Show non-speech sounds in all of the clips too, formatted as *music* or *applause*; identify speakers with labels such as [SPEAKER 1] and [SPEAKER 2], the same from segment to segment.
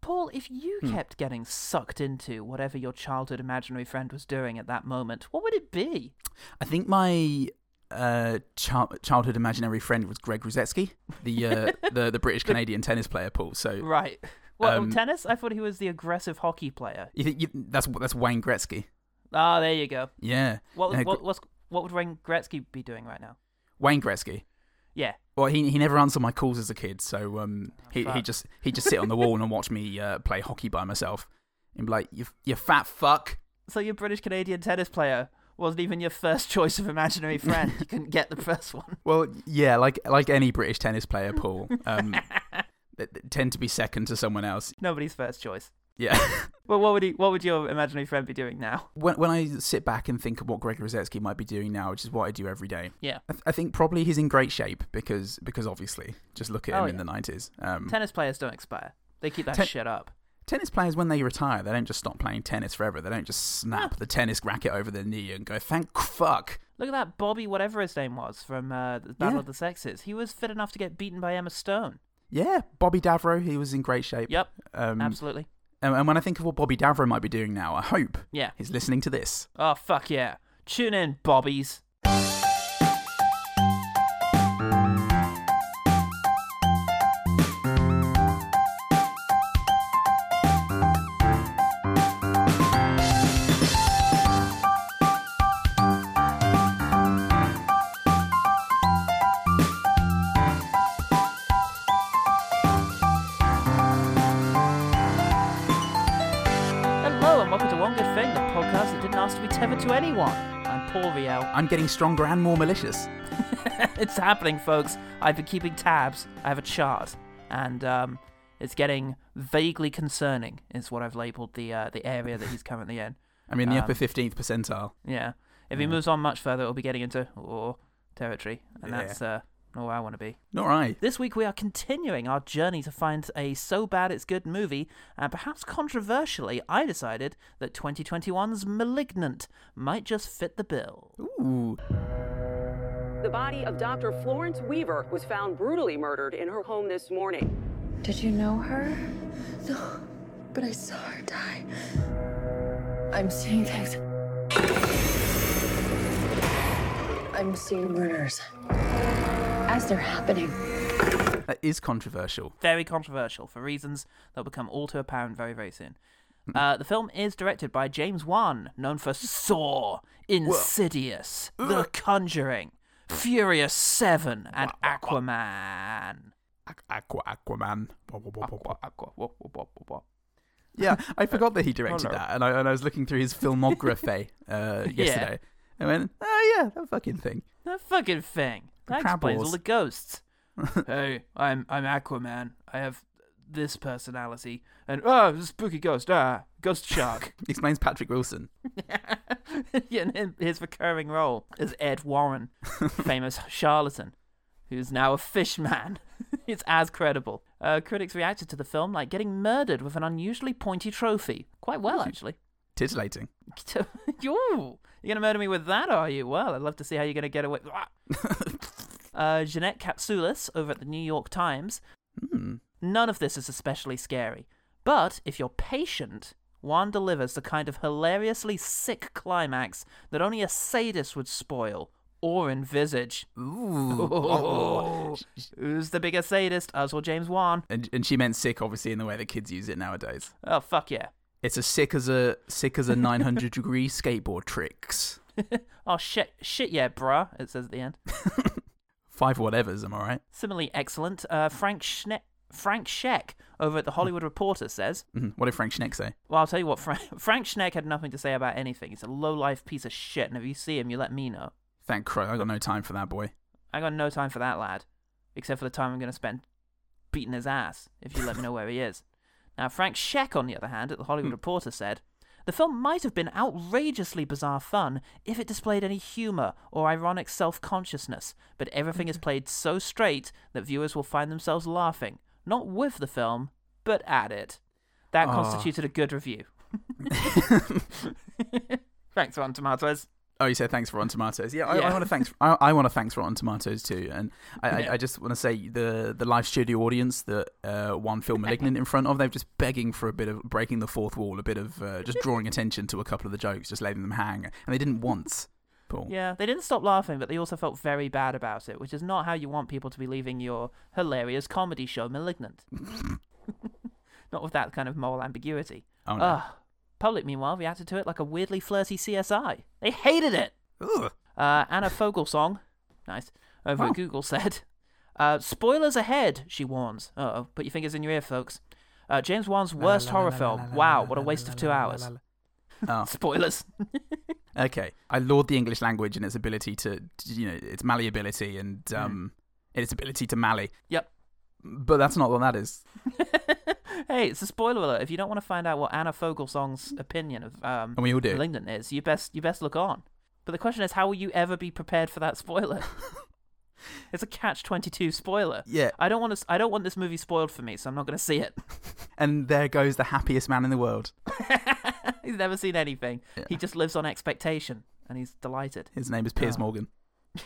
[SPEAKER 1] Paul, if you
[SPEAKER 2] Hmm.
[SPEAKER 1] kept getting sucked into whatever your childhood imaginary friend was doing at that moment, what would it be?
[SPEAKER 2] I think my uh, chil- childhood imaginary friend was Greg Ruzetsky,
[SPEAKER 1] *laughs*
[SPEAKER 2] the uh, the, the British Canadian tennis player, Paul. So
[SPEAKER 1] Right. *laughs* Well,
[SPEAKER 2] Um,
[SPEAKER 1] tennis? I thought he was the aggressive hockey player.
[SPEAKER 2] you think you, that's that's Wayne Gretzky?
[SPEAKER 1] Ah, there you go.
[SPEAKER 2] Yeah.
[SPEAKER 1] What,
[SPEAKER 2] Yeah,
[SPEAKER 1] what,
[SPEAKER 2] Gr-
[SPEAKER 1] what's, what would Wayne Gretzky be doing right now?
[SPEAKER 2] Wayne Gretzky.
[SPEAKER 1] Yeah.
[SPEAKER 2] Well, he he never answered my calls as a kid, so um, he he
[SPEAKER 1] fuck.
[SPEAKER 2] just he just sit on the wall and watch me uh, play hockey by myself, and be like, "You you fat fuck."
[SPEAKER 1] So your British Canadian tennis player wasn't even your first *laughs* choice of imaginary friend. you couldn't get the first one.
[SPEAKER 2] Well, yeah, like like any British tennis player, Paul,
[SPEAKER 1] *laughs*
[SPEAKER 2] um, th- th- tend to be second to someone else.
[SPEAKER 1] Nobody's first choice.
[SPEAKER 2] Yeah.
[SPEAKER 1] *laughs* Well, what would he? What would your imaginary friend be doing now?
[SPEAKER 2] when when I sit back and think of what Greg Rosetsky might be doing now, which is what I do every day.
[SPEAKER 1] Yeah.
[SPEAKER 2] I, th- I think probably he's in great shape because because obviously, just look at him
[SPEAKER 1] Oh,
[SPEAKER 2] in
[SPEAKER 1] yeah.
[SPEAKER 2] the nineties. Um,
[SPEAKER 1] Tennis players don't expire. They keep that
[SPEAKER 2] Ten-
[SPEAKER 1] shit up.
[SPEAKER 2] tennis players when they retire, they don't just stop playing tennis forever. They don't just snap the tennis racket over their knee and go, "Thank fuck."
[SPEAKER 1] Look at that, Bobby, whatever his name was from uh, the Battle
[SPEAKER 2] Yeah.
[SPEAKER 1] of the Sexes. He was fit enough to get beaten by Emma Stone.
[SPEAKER 2] Yeah, Bobby Davro, he was in great shape.
[SPEAKER 1] Yep,
[SPEAKER 2] Um,
[SPEAKER 1] absolutely.
[SPEAKER 2] and, and when I think of what Bobby Davro might be doing now, I hope
[SPEAKER 1] Yeah.
[SPEAKER 2] he's listening to this.
[SPEAKER 1] Oh fuck yeah! Tune in, Bobbies. Hello and welcome to One Good Thing, the podcast that didn't ask to be tethered to anyone. I'm Paul Riel. *laughs*
[SPEAKER 2] I'm getting stronger and more malicious.
[SPEAKER 1] it's happening, folks. I've been keeping tabs. I have a chart, and um, it's getting vaguely concerning. Is what I've labelled the uh, the area that he's currently in.
[SPEAKER 2] I'm in the
[SPEAKER 1] Um,
[SPEAKER 2] upper fifteenth percentile.
[SPEAKER 1] Yeah. If he moves on much further, it'll be getting into war territory, and
[SPEAKER 2] Yeah.
[SPEAKER 1] that's uh, not where I want to be.
[SPEAKER 2] All right.
[SPEAKER 1] This week we are continuing our journey to find a so bad it's good movie, and perhaps controversially, I decided that 2021's *Malignant* might just fit the bill.
[SPEAKER 2] Ooh.
[SPEAKER 3] The body of Dr. Florence Weaver was found brutally murdered in her home this morning.
[SPEAKER 4] Did you know her?
[SPEAKER 5] No, but I saw her die. I'm seeing things. I'm seeing murders as they're happening.
[SPEAKER 2] That is controversial.
[SPEAKER 1] Very controversial for reasons that will become all too apparent very, very soon. Uh, the film is directed by James Wan, known for Saw, Insidious, The Conjuring, Furious Seven, and Aquaman.
[SPEAKER 2] Aqu- Aqua Aquaman. Wah, wah, wah, wah, wah.
[SPEAKER 1] Yeah,
[SPEAKER 2] *laughs* Yeah, I forgot that he directed
[SPEAKER 1] Hello.
[SPEAKER 2] that, and I, and I was looking through his *laughs* filmography uh, yesterday. I went, oh yeah, that fucking thing. *laughs*
[SPEAKER 1] That fucking thing. That explains all
[SPEAKER 2] Crabbles.
[SPEAKER 1] the ghosts. hey, I'm I'm Aquaman. I have this personality, and oh, spooky ghost. Ah, ghost shark. *laughs*
[SPEAKER 2] Explains Patrick Wilson.
[SPEAKER 1] yeah, and him- his recurring role is Ed Warren, famous charlatan, who's now a fish man. *laughs* it's as credible. Uh, critics reacted to the film like getting murdered with an unusually pointy trophy. Quite well, actually.
[SPEAKER 2] Titillating.
[SPEAKER 1] Ooh, you're gonna murder me with that, are you? Well, I'd love to see how you're gonna get away. *laughs* Ah! uh, Jeanette Capsoulis over at the New York Times.
[SPEAKER 2] Hmm.
[SPEAKER 1] None of this is especially scary, but if you're patient, Juan delivers the kind of hilariously sick climax that only a sadist would spoil or envisage. *laughs*
[SPEAKER 2] Ooh.
[SPEAKER 1] Who's the bigger sadist, us or James Wan?
[SPEAKER 2] and and she meant sick, obviously, in the way that kids use it nowadays.
[SPEAKER 1] Oh fuck yeah!
[SPEAKER 2] It's as sick as a sick as a *laughs* 900 degree skateboard tricks.
[SPEAKER 1] Oh shit, shit yeah, bruh. It says at the end.
[SPEAKER 2] Five whatevers, am I right?
[SPEAKER 1] Similarly excellent, uh, Frank Schne- Frank Scheck over at the Hollywood Reporter says,
[SPEAKER 2] Mhm. What did Frank Schneck say?
[SPEAKER 1] "Well, I'll tell you what, Frank, *laughs* Frank Schneck had nothing to say about anything. He's a low-life piece of shit, and if you see him, you let me know.
[SPEAKER 2] Thank Christ, I got no time for that boy.
[SPEAKER 1] I got no time for that lad, except for the time I'm going to spend beating his ass if you let me know where he is." Now, Frank Scheck, on the other hand, at the Hollywood Reporter said, "The film might have been outrageously bizarre fun if it displayed any humor or ironic self-consciousness, but everything is played so straight that viewers will find themselves laughing, not with the film, but at it." That *laughs*
[SPEAKER 2] Ah.
[SPEAKER 1] constituted a good review. Thanks, Rotten Tomatoes.
[SPEAKER 2] Oh, you said thanks for Rotten Tomatoes. Yeah, I,
[SPEAKER 1] Yeah.
[SPEAKER 2] I want to thanks. I, I want to thanks Rotten Tomatoes too, and I,
[SPEAKER 1] Yeah.
[SPEAKER 2] I, I just want to say the the live studio audience that uh, one film *Malignant* in front of, they're just begging for a bit of breaking the fourth wall, a bit of uh, just drawing attention to a couple of the jokes, just letting them hang, and they didn't once. Paul.
[SPEAKER 1] Yeah, they didn't stop laughing, but they also felt very bad about it, which is not how you want people to be leaving your hilarious comedy show, Malignant. *laughs* not with that kind of moral ambiguity.
[SPEAKER 2] Oh, no.
[SPEAKER 1] Ugh. Public, meanwhile, reacted to it like a weirdly flirty CSI. They hated it!
[SPEAKER 2] Ugh.
[SPEAKER 1] Uh, Anna Fogelsong, nice, over
[SPEAKER 2] Oh.
[SPEAKER 1] at Google said, uh, spoilers ahead, she warns. Uh-oh, put your fingers in your ear, folks. Uh, James Wan's worst horror film. wow, what a waste of two
[SPEAKER 2] *laughs*
[SPEAKER 1] hours.
[SPEAKER 2] Oh.
[SPEAKER 1] Spoilers. *laughs*
[SPEAKER 2] Okay, I laud the English language and its ability to, you know, its malleability and um, its ability to mally.
[SPEAKER 1] Mm. Yep.
[SPEAKER 2] But that's not what that is.
[SPEAKER 1] *laughs* hey, it's a spoiler alert. If you don't want to find out what Anna Fogelsong's opinion of um,
[SPEAKER 2] And we all do.
[SPEAKER 1] Malignant is, you best you best look on. But the question is, how will you ever be prepared for that
[SPEAKER 2] *laughs*
[SPEAKER 1] spoiler? it's a catch twenty two spoiler.
[SPEAKER 2] Yeah.
[SPEAKER 1] I don't want to. I don't want this movie spoiled for me, so I'm not going to see it. *laughs*
[SPEAKER 2] And there goes the happiest man in the world.
[SPEAKER 1] he's never seen anything. He just lives on expectation, and he's delighted.
[SPEAKER 2] His name is Piers
[SPEAKER 1] Oh.
[SPEAKER 2] Morgan.
[SPEAKER 1] He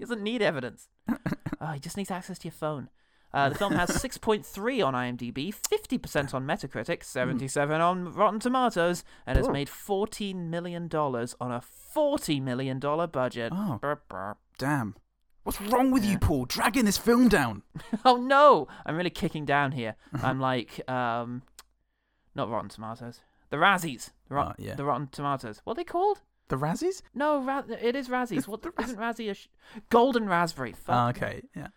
[SPEAKER 1] doesn't need
[SPEAKER 2] *laughs*
[SPEAKER 1] evidence. oh, he just needs access to your phone. Uh, the film has
[SPEAKER 2] *laughs*
[SPEAKER 1] 6.3 on IMDb, 50% on Metacritic,
[SPEAKER 2] Hmm.
[SPEAKER 1] 77 on Rotten Tomatoes, and has made $14 million on a $40 million budget.
[SPEAKER 2] Oh.
[SPEAKER 1] Brr, brr.
[SPEAKER 2] Damn. What's wrong with you, Paul? Dragging this film down.
[SPEAKER 1] *laughs* Oh, no! I'm really kicking down
[SPEAKER 2] *laughs*
[SPEAKER 1] here. I'm like, um, not Rotten Tomatoes. The Razzies. The, Rot-
[SPEAKER 2] Ah, yeah.
[SPEAKER 1] the Rotten Tomatoes. What are they called?
[SPEAKER 2] The Razzies?
[SPEAKER 1] No, Ra- it is Razzies. What, isn't Razzie a sh- Golden Raspberry. Fuck.
[SPEAKER 2] Ah, okay, yeah.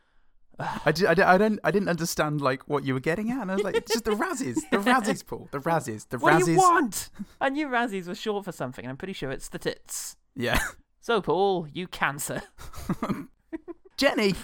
[SPEAKER 2] I, ju- I, di- I don't I didn't understand like what you were getting at, and I was like, it's just the Razzies, the Razzies, Paul, the Razzies, the
[SPEAKER 1] What
[SPEAKER 2] Razzies.
[SPEAKER 1] do you want? I knew Razzies was short for something, and I'm pretty sure it's the tits.
[SPEAKER 2] Yeah, *laughs*
[SPEAKER 1] So, Paul, you cancer. *laughs*
[SPEAKER 2] Jenny.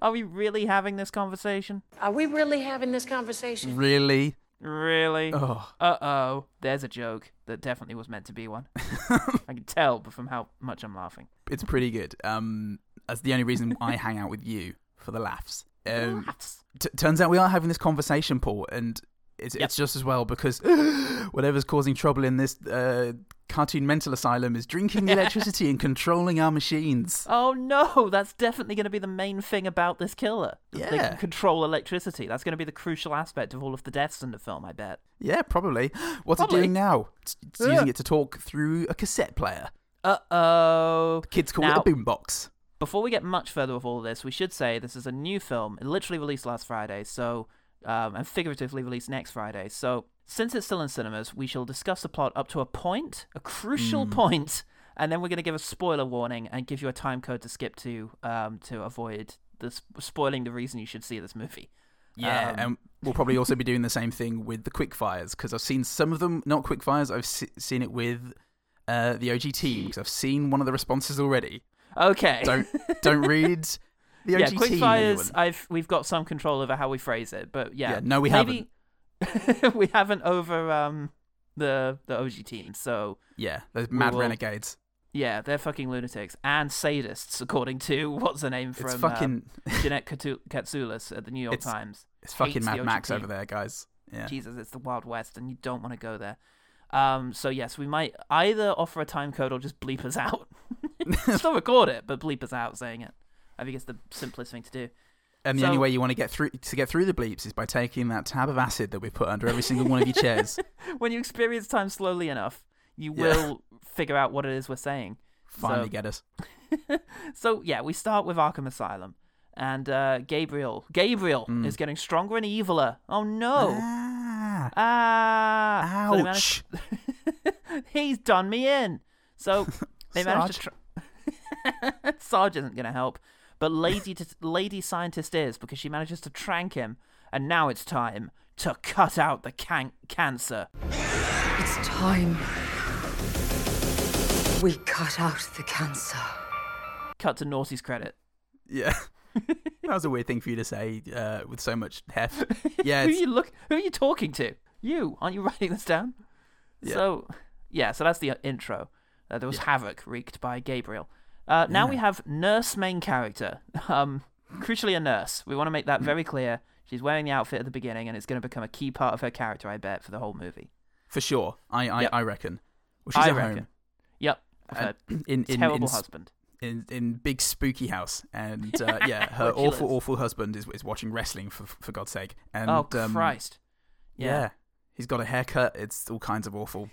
[SPEAKER 1] Are we really having this conversation?
[SPEAKER 4] Are we really having this conversation?
[SPEAKER 2] Really?
[SPEAKER 1] Really?
[SPEAKER 2] Oh,
[SPEAKER 1] Uh oh. There's a joke that definitely was meant to be
[SPEAKER 2] *laughs*
[SPEAKER 1] one. I can tell from how much I'm laughing.
[SPEAKER 2] it's pretty good. Um, that's the only reason I hang out with you for the laughs. Um,
[SPEAKER 1] Laughs.
[SPEAKER 2] t- turns out we are having this conversation, Paul, and it's, it's just as well because *gasps* whatever's causing trouble in this uh, cartoon mental asylum is
[SPEAKER 1] *laughs*
[SPEAKER 2] drinking the electricity and controlling our machines.
[SPEAKER 1] Oh no, that's definitely going to be the main thing about this killer. that They
[SPEAKER 2] Yeah.
[SPEAKER 1] can control electricity. That's going to be the crucial aspect of all of the deaths in the film, I bet.
[SPEAKER 2] Yeah, probably. What's
[SPEAKER 1] Probably.
[SPEAKER 2] it doing now? It's, it's
[SPEAKER 1] Yeah.
[SPEAKER 2] using it to talk through a cassette player.
[SPEAKER 1] Uh oh.
[SPEAKER 2] Kids call
[SPEAKER 1] Now-
[SPEAKER 2] it a boombox.
[SPEAKER 1] Before we get much further with all this, we should say this is a new film. It literally released last Friday, so um, and figuratively released next Friday. So since it's still in cinemas, we shall discuss the plot up to a point, a
[SPEAKER 2] Hmm.
[SPEAKER 1] crucial point, and then we're going to give a spoiler warning and give you a time code to skip to um, to avoid this spoiling the reason you should see this movie.
[SPEAKER 2] Yeah,
[SPEAKER 1] Um,
[SPEAKER 2] and we'll probably also be doing the same thing with the quick fires because I've seen some of them, not quick fires. I've se- seen it with uh, the OGT because I've seen one of the responses already.
[SPEAKER 1] Okay. *laughs*
[SPEAKER 2] Don't don't read the
[SPEAKER 1] yeah,
[SPEAKER 2] OGT.
[SPEAKER 1] quick fires.
[SPEAKER 2] anyone.
[SPEAKER 1] I've we've got some control over how we phrase it, but yeah,
[SPEAKER 2] Yeah, no, we
[SPEAKER 1] maybe- *laughs* we haven't over um the the OG team, so
[SPEAKER 2] Yeah, those mad
[SPEAKER 1] will-
[SPEAKER 2] renegades.
[SPEAKER 1] Yeah, they're fucking lunatics and sadists, according to *laughs* what's her name from
[SPEAKER 2] It's fucking
[SPEAKER 1] um, Jeanette Katu- Katsoulis at the New York
[SPEAKER 2] It's-
[SPEAKER 1] Times.
[SPEAKER 2] it's fucking
[SPEAKER 1] hates the
[SPEAKER 2] Mad Max
[SPEAKER 1] OGT.
[SPEAKER 2] over there, guys. Yeah,
[SPEAKER 1] Jesus, it's the Wild West, and you don't want to go there. Um, so yes, we might either offer a time code or just bleep us out. *laughs* Still record it, but bleep us out saying it. I think it's the simplest thing to do.
[SPEAKER 2] and the
[SPEAKER 1] so-
[SPEAKER 2] only way you want to get through to get through the bleeps is by taking that tab of acid that we put under every single one of
[SPEAKER 1] *laughs*
[SPEAKER 2] your chairs.
[SPEAKER 1] When you experience time slowly enough, you
[SPEAKER 2] Yeah.
[SPEAKER 1] will figure out what it is we're saying.
[SPEAKER 2] Finally,
[SPEAKER 1] So-
[SPEAKER 2] get us.
[SPEAKER 1] So yeah, we start with Arkham Asylum, and uh, Gabriel. Gabriel is getting stronger and eviler. Oh no.
[SPEAKER 2] Mm. Ah,
[SPEAKER 1] Ah! So they
[SPEAKER 2] ouch.
[SPEAKER 1] managed- *laughs* He's done me in. So they managed to. Tr- *laughs* Sarge isn't going to help, but lady t- lady scientist is because she manages to trank him, and now it's time to cut out the can- cancer.
[SPEAKER 5] It's time. We cut out the cancer.
[SPEAKER 1] Cut to Naughty's credit.
[SPEAKER 2] Yeah. *laughs* that was a weird thing for you to say uh, with so much
[SPEAKER 1] *laughs*
[SPEAKER 2] heft. Yeah,
[SPEAKER 1] who
[SPEAKER 2] it's,
[SPEAKER 1] you look? Who are you talking to? You aren't you *laughs* writing this down?
[SPEAKER 2] Yeah.
[SPEAKER 1] So yeah, so that's the uh, intro. Uh, there was havoc wreaked by Gabriel. Uh, now we have nurse main character. *laughs* Um, crucially a nurse. We want to make that
[SPEAKER 2] Mm.
[SPEAKER 1] very clear. She's wearing the outfit at the beginning, and it's going to become a key part of her character, I bet, for the whole movie.
[SPEAKER 2] for sure. I I,
[SPEAKER 1] Yep.
[SPEAKER 2] I reckon. Well, she's
[SPEAKER 1] I
[SPEAKER 2] at
[SPEAKER 1] reckon.
[SPEAKER 2] home.
[SPEAKER 1] of
[SPEAKER 2] Uh,
[SPEAKER 1] her
[SPEAKER 2] *clears throat* in, in,
[SPEAKER 1] terrible
[SPEAKER 2] in, s-
[SPEAKER 1] husband.
[SPEAKER 2] in in big spooky house, and
[SPEAKER 1] *laughs*
[SPEAKER 2] uh, yeah, her
[SPEAKER 1] Where she
[SPEAKER 2] awful
[SPEAKER 1] lives.
[SPEAKER 2] awful husband is, is watching wrestling for for God's sake. And
[SPEAKER 1] Oh
[SPEAKER 2] um,
[SPEAKER 1] Christ!
[SPEAKER 2] yeah.
[SPEAKER 1] Yeah.
[SPEAKER 2] he's got a haircut. It's all kinds of
[SPEAKER 1] *laughs*
[SPEAKER 2] awful.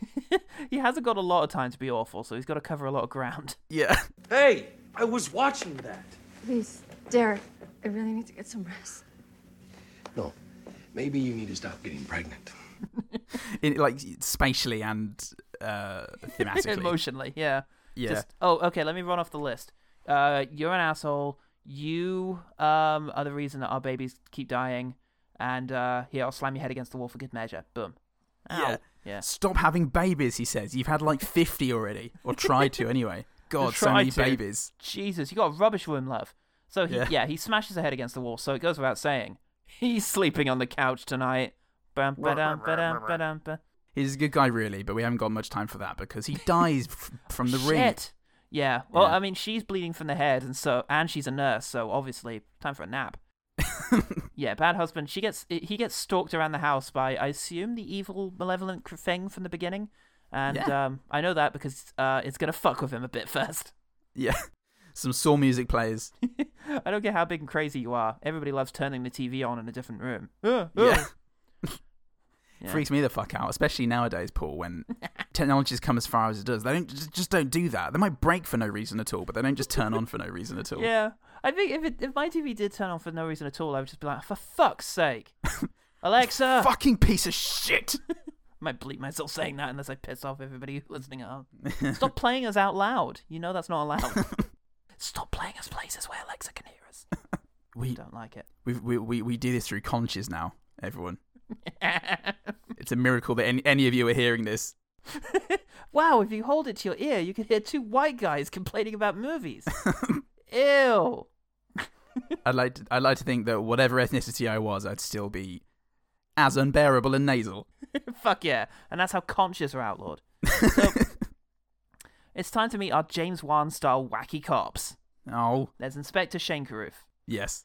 [SPEAKER 1] he hasn't got a lot of time to be awful, so he's got to cover a lot of ground.
[SPEAKER 2] yeah,
[SPEAKER 6] Hey, I was watching that.
[SPEAKER 5] Please, Derek, I really need to get some rest.
[SPEAKER 7] No, maybe you need to stop getting pregnant.
[SPEAKER 2] in, like spatially and
[SPEAKER 1] *laughs*
[SPEAKER 2] uh, thematically.
[SPEAKER 1] Emotionally, yeah.
[SPEAKER 2] Yeah.
[SPEAKER 1] Just oh, okay. Let me run off the list. Uh, you're an asshole. You um are the reason that our babies keep dying. And uh, here I'll slam your head against the wall for good measure. Boom. Ow.
[SPEAKER 2] Yeah.
[SPEAKER 1] Yeah.
[SPEAKER 2] Stop having babies, he says. You've had like 50 already, or tried to
[SPEAKER 1] *laughs*
[SPEAKER 2] anyway. God, so
[SPEAKER 1] Tried
[SPEAKER 2] many
[SPEAKER 1] to.
[SPEAKER 2] babies.
[SPEAKER 1] Jesus, you got a rubbish room, love. So he, yeah.
[SPEAKER 2] Yeah.
[SPEAKER 1] he smashes her head against the wall. So it goes without saying, *laughs* he's sleeping on the couch tonight. Bam, ba-dam, ba-dam, ba-dam, ba-
[SPEAKER 2] He's a good guy, really, but we haven't got much time for that because he dies f- from the ring.
[SPEAKER 1] Shit. Yeah. Well,
[SPEAKER 2] Yeah.
[SPEAKER 1] I mean, she's bleeding from the head, and so and she's a nurse, so obviously time for a
[SPEAKER 2] *laughs*
[SPEAKER 1] nap. yeah, bad husband. She gets he gets stalked around the house by I assume the evil malevolent cr- thing from the beginning, and
[SPEAKER 2] Yeah.
[SPEAKER 1] um, I know that because uh, it's gonna fuck with him a bit *laughs* first.
[SPEAKER 2] Yeah. *laughs* Some saw music plays.
[SPEAKER 1] I don't care how big and crazy you are. Everybody loves turning the TV on in a different room.
[SPEAKER 2] Yeah.
[SPEAKER 1] *laughs*
[SPEAKER 2] *laughs*
[SPEAKER 1] Yeah.
[SPEAKER 2] Freaks me the fuck out, especially nowadays, Paul,
[SPEAKER 1] *laughs*
[SPEAKER 2] when technology's come as far as it does. They don't just- just don't do that. They might break for no reason at all, but they don't just turn on for no reason at all.
[SPEAKER 1] *laughs* Yeah, I think if it, if my TV did turn on for no reason at all, I would just be like, for fuck's
[SPEAKER 2] *laughs*
[SPEAKER 1] sake, Alexa.
[SPEAKER 2] Fucking piece of shit.
[SPEAKER 1] might bleep myself saying that unless I piss off everybody listening at home. Stop playing us out loud. You know that's not allowed. Stop playing us places where Alexa can hear us.
[SPEAKER 2] We
[SPEAKER 1] Don't like it. *laughs*
[SPEAKER 2] we we we, we do this through conscious now, everyone. It's a miracle that any, any of you are hearing this. *laughs*
[SPEAKER 1] wow, if you hold it to your ear, you can hear two white guys complaining about movies. Ew.
[SPEAKER 2] I'd like to, I'd like to think that whatever ethnicity I was, I'd still be as unbearable and nasal.
[SPEAKER 1] Fuck yeah. And that's how conscious we're outlawed. So, it's time to meet our James Wan style wacky cops.
[SPEAKER 2] Oh
[SPEAKER 1] There's Inspector Shankaroof.
[SPEAKER 2] yes,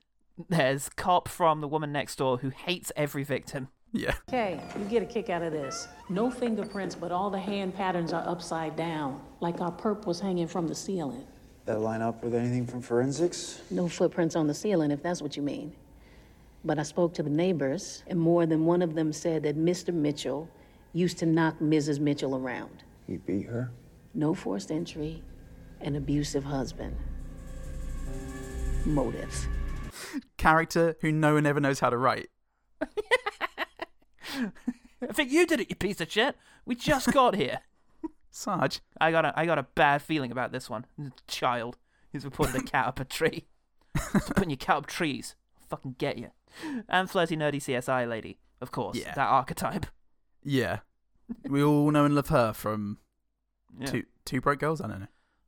[SPEAKER 1] There's cop from the woman next door who hates every victim.
[SPEAKER 2] yeah,
[SPEAKER 4] Okay, you get a kick out of this. No fingerprints, but all the hand patterns are upside down, like our perp was hanging from the ceiling.
[SPEAKER 8] That line up with anything from forensics?
[SPEAKER 4] No footprints on the ceiling, if that's what you mean. But I spoke to the neighbors, and more than one of them said that Mr. Mitchell used to knock Mrs. Mitchell around.
[SPEAKER 8] He beat her.
[SPEAKER 4] No forced entry, an abusive husband. Motive.
[SPEAKER 2] character who no one ever knows how to write.
[SPEAKER 1] *laughs* I think you did it, you piece of shit. We
[SPEAKER 2] *laughs*
[SPEAKER 1] just got here.
[SPEAKER 2] Sarge,
[SPEAKER 1] I got a I got a bad feeling about this one. Child who's reported a cat up a
[SPEAKER 2] *laughs*
[SPEAKER 1] tree. Stop putting your cat up trees. I'll fucking get you. And flirty nerdy CSI lady, of course.
[SPEAKER 2] Yeah.
[SPEAKER 1] That archetype.
[SPEAKER 2] yeah, we all know and love her from
[SPEAKER 1] Yeah.
[SPEAKER 2] two two broke girls. I don't know.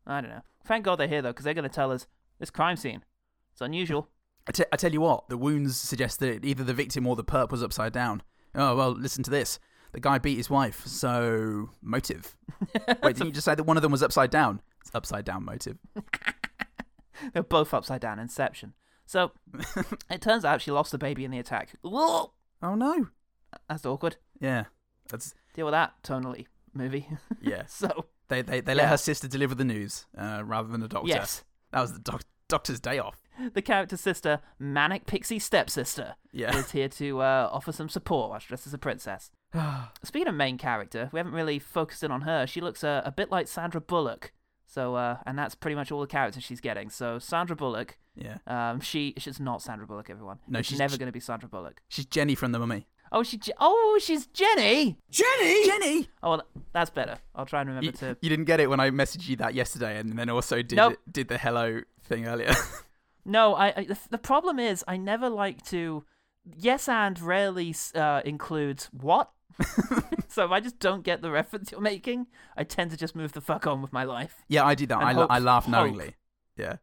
[SPEAKER 1] I don't know. Thank God they're here though, because they're gonna tell us this crime scene. It's unusual.
[SPEAKER 2] *laughs* I, t- I tell you what, the wounds suggest that either the victim or the perp was upside down. Oh well, listen to this. The guy beat his wife, so motive.
[SPEAKER 1] *laughs*
[SPEAKER 2] Wait, didn't you just say that one of them was upside down? It's upside down motive.
[SPEAKER 1] They're both upside down. Inception.
[SPEAKER 2] *laughs*
[SPEAKER 1] So it turns out she lost the baby in the attack. Whoa!
[SPEAKER 2] Oh no.
[SPEAKER 1] That's awkward.
[SPEAKER 2] Yeah, that's
[SPEAKER 1] Deal with that tonally movie. *laughs*
[SPEAKER 2] yes.
[SPEAKER 1] so
[SPEAKER 2] They they, they let her sister deliver the news uh, rather than a doctor.
[SPEAKER 1] Yes.
[SPEAKER 2] that was the doc- doctor's day off.
[SPEAKER 1] the character's sister, Manic Pixie
[SPEAKER 2] *laughs*
[SPEAKER 1] Stepsister,
[SPEAKER 2] Yeah.
[SPEAKER 1] is here to uh, offer some support while she dresses as a
[SPEAKER 2] *sighs*
[SPEAKER 1] princess. Speaking of main character, we haven't really focused in on her. She looks uh, a bit like Sandra Bullock. So, uh, and that's pretty much all the characters she's getting. So, Sandra Bullock,
[SPEAKER 2] Yeah,
[SPEAKER 1] um, she she's not Sandra Bullock, everyone.
[SPEAKER 2] No,
[SPEAKER 1] It's
[SPEAKER 2] she's-
[SPEAKER 1] never going to be Sandra Bullock.
[SPEAKER 2] she's Jenny from the Mummy.
[SPEAKER 1] Oh, she, oh, she's Jenny.
[SPEAKER 6] Jenny!
[SPEAKER 2] Jenny,
[SPEAKER 1] Oh, well, that's better. I'll try and
[SPEAKER 2] you,
[SPEAKER 1] remember to.
[SPEAKER 2] you didn't get it when I messaged you that yesterday, and then also did
[SPEAKER 1] Nope.
[SPEAKER 2] did the hello thing earlier. *laughs*
[SPEAKER 1] No, I, I the- the problem is I never like to. Yes, and rarely uh, includes what. so if I just don't get the reference you're making, I tend to just move the fuck on with my life *laughs*
[SPEAKER 2] yeah, I did that.
[SPEAKER 1] And
[SPEAKER 2] I, la-
[SPEAKER 1] hope-
[SPEAKER 2] I laugh
[SPEAKER 1] hope.
[SPEAKER 2] knowingly. Yeah,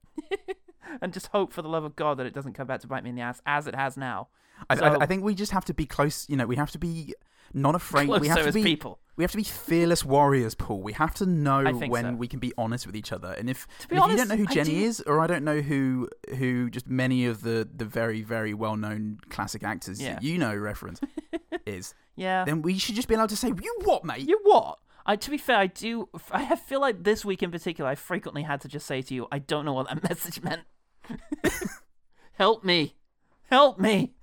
[SPEAKER 1] and just hope for the love of God that it doesn't come back to bite me in the ass as it has now.
[SPEAKER 2] I,
[SPEAKER 1] So-
[SPEAKER 2] I, I think we just have to be close. You know, we have to be not afraid. we have
[SPEAKER 1] Closer
[SPEAKER 2] to
[SPEAKER 1] as
[SPEAKER 2] be
[SPEAKER 1] people.
[SPEAKER 2] We have to be fearless warriors, Paul. We have to know
[SPEAKER 1] I think
[SPEAKER 2] when
[SPEAKER 1] so.
[SPEAKER 2] we can be honest with each other. And if,
[SPEAKER 1] To be
[SPEAKER 2] and if you
[SPEAKER 1] honest,
[SPEAKER 2] don't know who
[SPEAKER 1] I
[SPEAKER 2] Jenny
[SPEAKER 1] do-
[SPEAKER 2] is, or I don't know who who just many of the the very very well known classic actors
[SPEAKER 1] Yeah. *laughs*
[SPEAKER 2] that you know reference is,
[SPEAKER 1] Yeah.
[SPEAKER 2] then we should just be allowed to say, "You what, mate?
[SPEAKER 1] you what? I, to be fair, I do. I feel like this week in particular, I frequently had to just say to you, I don't know what that *laughs* message meant. Help me. Help me.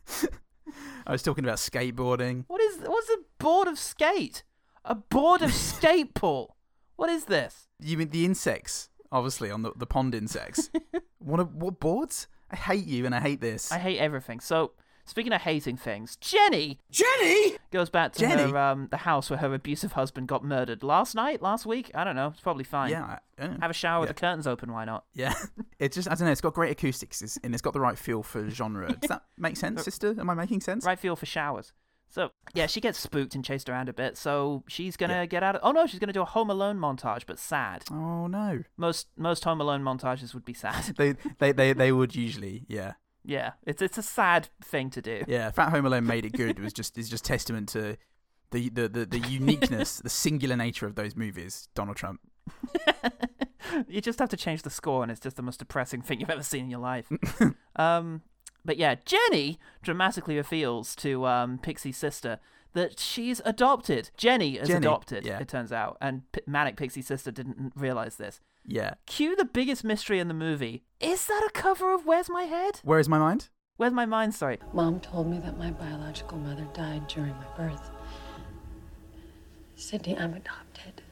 [SPEAKER 2] I was talking about skateboarding.
[SPEAKER 1] What is what's a board of skate? A board
[SPEAKER 2] *laughs*
[SPEAKER 1] of skate pool. What is this?
[SPEAKER 2] You mean the insects, obviously, on the, the
[SPEAKER 1] *laughs*
[SPEAKER 2] pond insects. what, a, what boards? I hate you and I hate this.
[SPEAKER 1] I hate everything. So speaking of hating things, Jenny
[SPEAKER 6] Jenny!
[SPEAKER 1] goes back to
[SPEAKER 2] Jenny?
[SPEAKER 1] her um the house where her abusive husband got murdered last night, last week. I don't know. It's probably fine.
[SPEAKER 2] yeah. I, yeah.
[SPEAKER 1] Have a shower with
[SPEAKER 2] Yeah.
[SPEAKER 1] the curtains open. Why not?
[SPEAKER 2] Yeah, *laughs* it's just I don't know. It's got great acoustics it's- and it's got the right feel for genre. Does that make sense, sister? Am I making sense?
[SPEAKER 1] Oh. Right feel for showers. So yeah, she gets spooked and chased around a bit. So she's gonna get out of. Oh no, she's gonna do a Home Alone montage, but sad.
[SPEAKER 2] Oh no,
[SPEAKER 1] Most most Home Alone montages would be sad. *laughs*
[SPEAKER 2] they they they, they would usually yeah
[SPEAKER 1] yeah, it's it's a sad thing to do.
[SPEAKER 2] yeah. Fat Home Alone made it good. Was just is just testament to the the the, the uniqueness, the singular nature of those movies. Donald Trump.
[SPEAKER 1] you just have to change the score, and it's just the most depressing thing you've ever seen in your life.
[SPEAKER 2] *laughs*
[SPEAKER 1] um, but yeah, Jenny dramatically reveals to um, Pixie's sister that she's adopted. Jenny is
[SPEAKER 2] Jenny,
[SPEAKER 1] adopted,
[SPEAKER 2] yeah.
[SPEAKER 1] it turns out, and P- Manic Pixie's sister didn't realize this.
[SPEAKER 2] Yeah.
[SPEAKER 1] Cue the biggest mystery in the movie. Is that a cover of Where's My Head?
[SPEAKER 2] Where is my mind? *clears throat*
[SPEAKER 1] Where's My Mind? Sorry.
[SPEAKER 5] Mom told me that my biological mother died during my birth. Sydney, I'm adopted.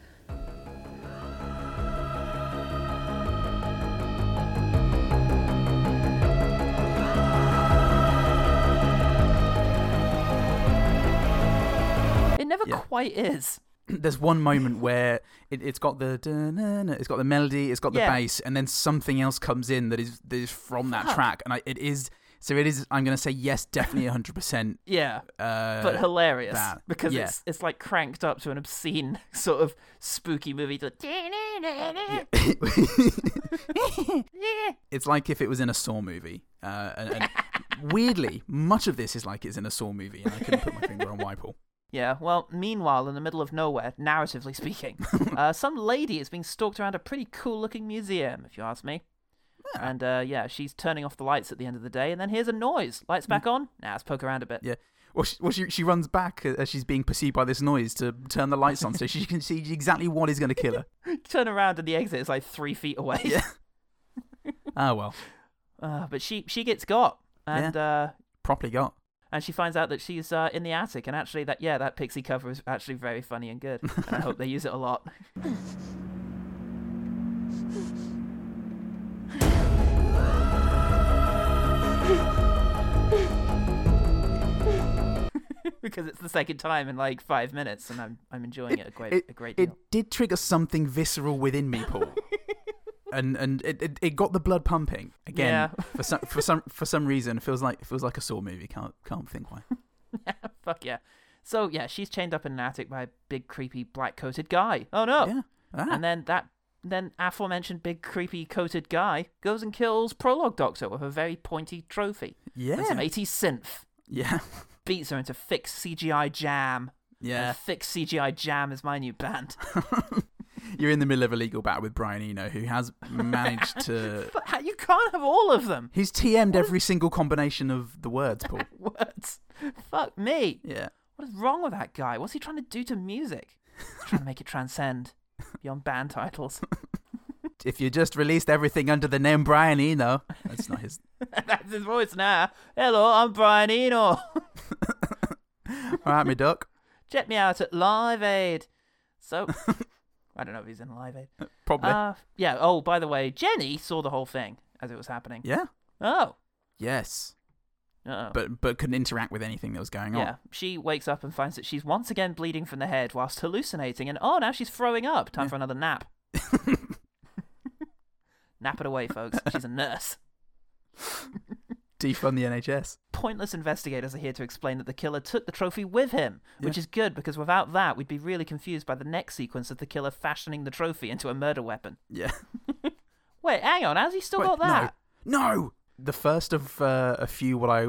[SPEAKER 1] It never
[SPEAKER 2] Yeah.
[SPEAKER 1] quite is.
[SPEAKER 2] There's one moment where it, it's got the dun-dun-dun, it's got the melody, it's got the
[SPEAKER 1] Yeah.
[SPEAKER 2] bass, and then something else comes in that is that is from that track, and I, it is so it is. I'm gonna say yes, definitely, hundred percent.
[SPEAKER 1] Yeah.
[SPEAKER 2] Uh,
[SPEAKER 1] but hilarious
[SPEAKER 2] that.
[SPEAKER 1] because
[SPEAKER 2] Yeah.
[SPEAKER 1] it's it's like cranked up to an obscene *laughs* sort of spooky movie. It's like,
[SPEAKER 2] *laughs* it's like if it was in a Saw movie. Uh, and,
[SPEAKER 1] *laughs*
[SPEAKER 2] and weirdly, much of this is like it's in a Saw movie, and I couldn't put my finger on why, Paul.
[SPEAKER 1] Yeah, well, meanwhile, in the middle of nowhere, narratively
[SPEAKER 2] *laughs*
[SPEAKER 1] speaking, uh, some lady is being stalked around a pretty cool looking museum, if you ask me.
[SPEAKER 2] Ah.
[SPEAKER 1] And uh, yeah, she's turning off the lights at the end of the day, and then hears a noise. Lights back on? Nah, let's poke around a bit.
[SPEAKER 2] Mm. Yeah. Well, she, well, she, she runs back as she's being pursued by this noise to turn the lights on so she can see exactly what is going
[SPEAKER 1] *laughs*
[SPEAKER 2] to kill her.
[SPEAKER 1] *laughs* Turn around, and the exit is like three feet away.
[SPEAKER 2] Yeah. Oh, well.
[SPEAKER 1] *laughs* Uh, but she, she gets got, and uh,
[SPEAKER 2] Properly got.
[SPEAKER 1] and she finds out that she's uh, in the attic. And actually, that yeah, that pixie cover is actually very funny and good. and I hope they use it a lot. *laughs* because it's the second time in like five minutes, and I'm I'm enjoying it, a great a great deal.
[SPEAKER 2] it did trigger something visceral within me,
[SPEAKER 1] *laughs*
[SPEAKER 2] Paul. and and it, it, it got the blood pumping again
[SPEAKER 1] Yeah.
[SPEAKER 2] for some for some for some reason it feels like it feels like a Saw movie. Can't can't think why.
[SPEAKER 1] Fuck yeah. So yeah, she's chained up in an attic by a big creepy black coated guy. Oh no.
[SPEAKER 2] Yeah. Ah.
[SPEAKER 1] And then that then aforementioned big creepy coated guy goes and kills Prologue Doctor with a very pointy trophy. And some
[SPEAKER 2] Yeah.
[SPEAKER 1] 80s synth.
[SPEAKER 2] Yeah.
[SPEAKER 1] Beats her into fixed CGI jam.
[SPEAKER 2] Yeah.
[SPEAKER 1] And fixed CGI jam is my new band.
[SPEAKER 2] *laughs* You're in the middle of a legal battle with Brian Eno, who has
[SPEAKER 1] *laughs*
[SPEAKER 2] managed to.
[SPEAKER 1] But how- you can't have all of them. *laughs*
[SPEAKER 2] He's TM'd every single combination of the words, Paul.
[SPEAKER 1] Words. Fuck me.
[SPEAKER 2] Yeah.
[SPEAKER 1] What is wrong with that guy? What's he trying to do to music? trying to make it transcend beyond band titles. *laughs*
[SPEAKER 2] If you just released everything under the name Brian Eno, that's
[SPEAKER 1] *laughs*
[SPEAKER 2] not his.
[SPEAKER 1] That's his voice now. Hello, I'm Brian Eno. *laughs*
[SPEAKER 2] All right, me duck. *laughs*
[SPEAKER 1] Check me out at Live Aid. So, I don't know if he's in Live Aid.
[SPEAKER 2] Probably.
[SPEAKER 1] Uh, yeah. Oh, by the way, Jenny saw the whole thing as it was happening.
[SPEAKER 2] yeah.
[SPEAKER 1] Oh.
[SPEAKER 2] Yes.
[SPEAKER 1] Uh-oh.
[SPEAKER 2] But but couldn't interact with anything that was going on.
[SPEAKER 1] yeah, she wakes up and finds that she's once again bleeding from the head whilst hallucinating, and oh, now she's throwing up. Time for another nap. nap it away, folks. She's a nurse.
[SPEAKER 2] *laughs* Defund the NHS.
[SPEAKER 1] Pointless investigators are here to explain that the killer took the trophy with him, which is good because without that, we'd be really confused by the next sequence of the killer fashioning the trophy into a murder weapon.
[SPEAKER 2] Yeah.
[SPEAKER 1] Wait, hang on, has he still
[SPEAKER 2] Wait,
[SPEAKER 1] got that?
[SPEAKER 2] No. no. The first of uh, a few what I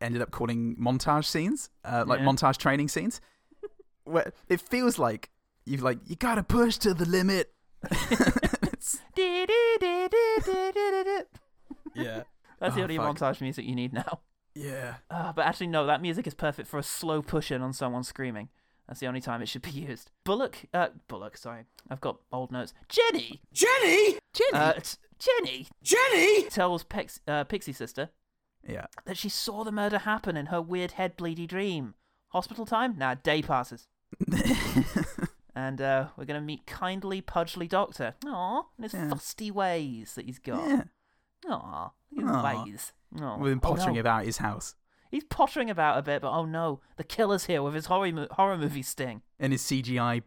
[SPEAKER 2] ended up calling montage scenes, uh, like
[SPEAKER 1] Yeah.
[SPEAKER 2] montage
[SPEAKER 1] *laughs*
[SPEAKER 2] training scenes, where it feels like you've like you gotta push to the limit. *laughs* It's-
[SPEAKER 1] Dee-dee-dee-dee-dee-dee-dee-dee.
[SPEAKER 2] yeah.
[SPEAKER 1] That's the
[SPEAKER 2] Oh,
[SPEAKER 1] only
[SPEAKER 2] fuck.
[SPEAKER 1] montage music you need now.
[SPEAKER 2] Yeah.
[SPEAKER 1] Ah, Uh, but actually, no, that music is perfect for a slow push in on someone screaming. That's the only time it should be *laughs* used. Bullock, uh, Bullock, sorry. I've got old notes. Jenny!
[SPEAKER 6] Jenny!
[SPEAKER 2] Jenny.
[SPEAKER 1] Uh, t- Jenny
[SPEAKER 6] Jenny!
[SPEAKER 1] tells Pex- uh, Pixie Sister
[SPEAKER 2] yeah.
[SPEAKER 1] that she saw the murder happen in her weird head bleedy dream. Hospital time? Nah, day passes. and uh, we're going to meet kindly, pudgely doctor. Aw, and his
[SPEAKER 2] Yeah.
[SPEAKER 1] fusty ways that he's
[SPEAKER 2] *laughs*
[SPEAKER 1] got.
[SPEAKER 2] Yeah.
[SPEAKER 1] Aw, look at
[SPEAKER 2] Aw.
[SPEAKER 1] his ways. Aw.
[SPEAKER 2] With him pottering
[SPEAKER 1] oh, no.
[SPEAKER 2] about his house
[SPEAKER 1] He's pottering about a bit, but oh no, the killer's here with his horror, mo- horror movie sting.
[SPEAKER 2] and his CGI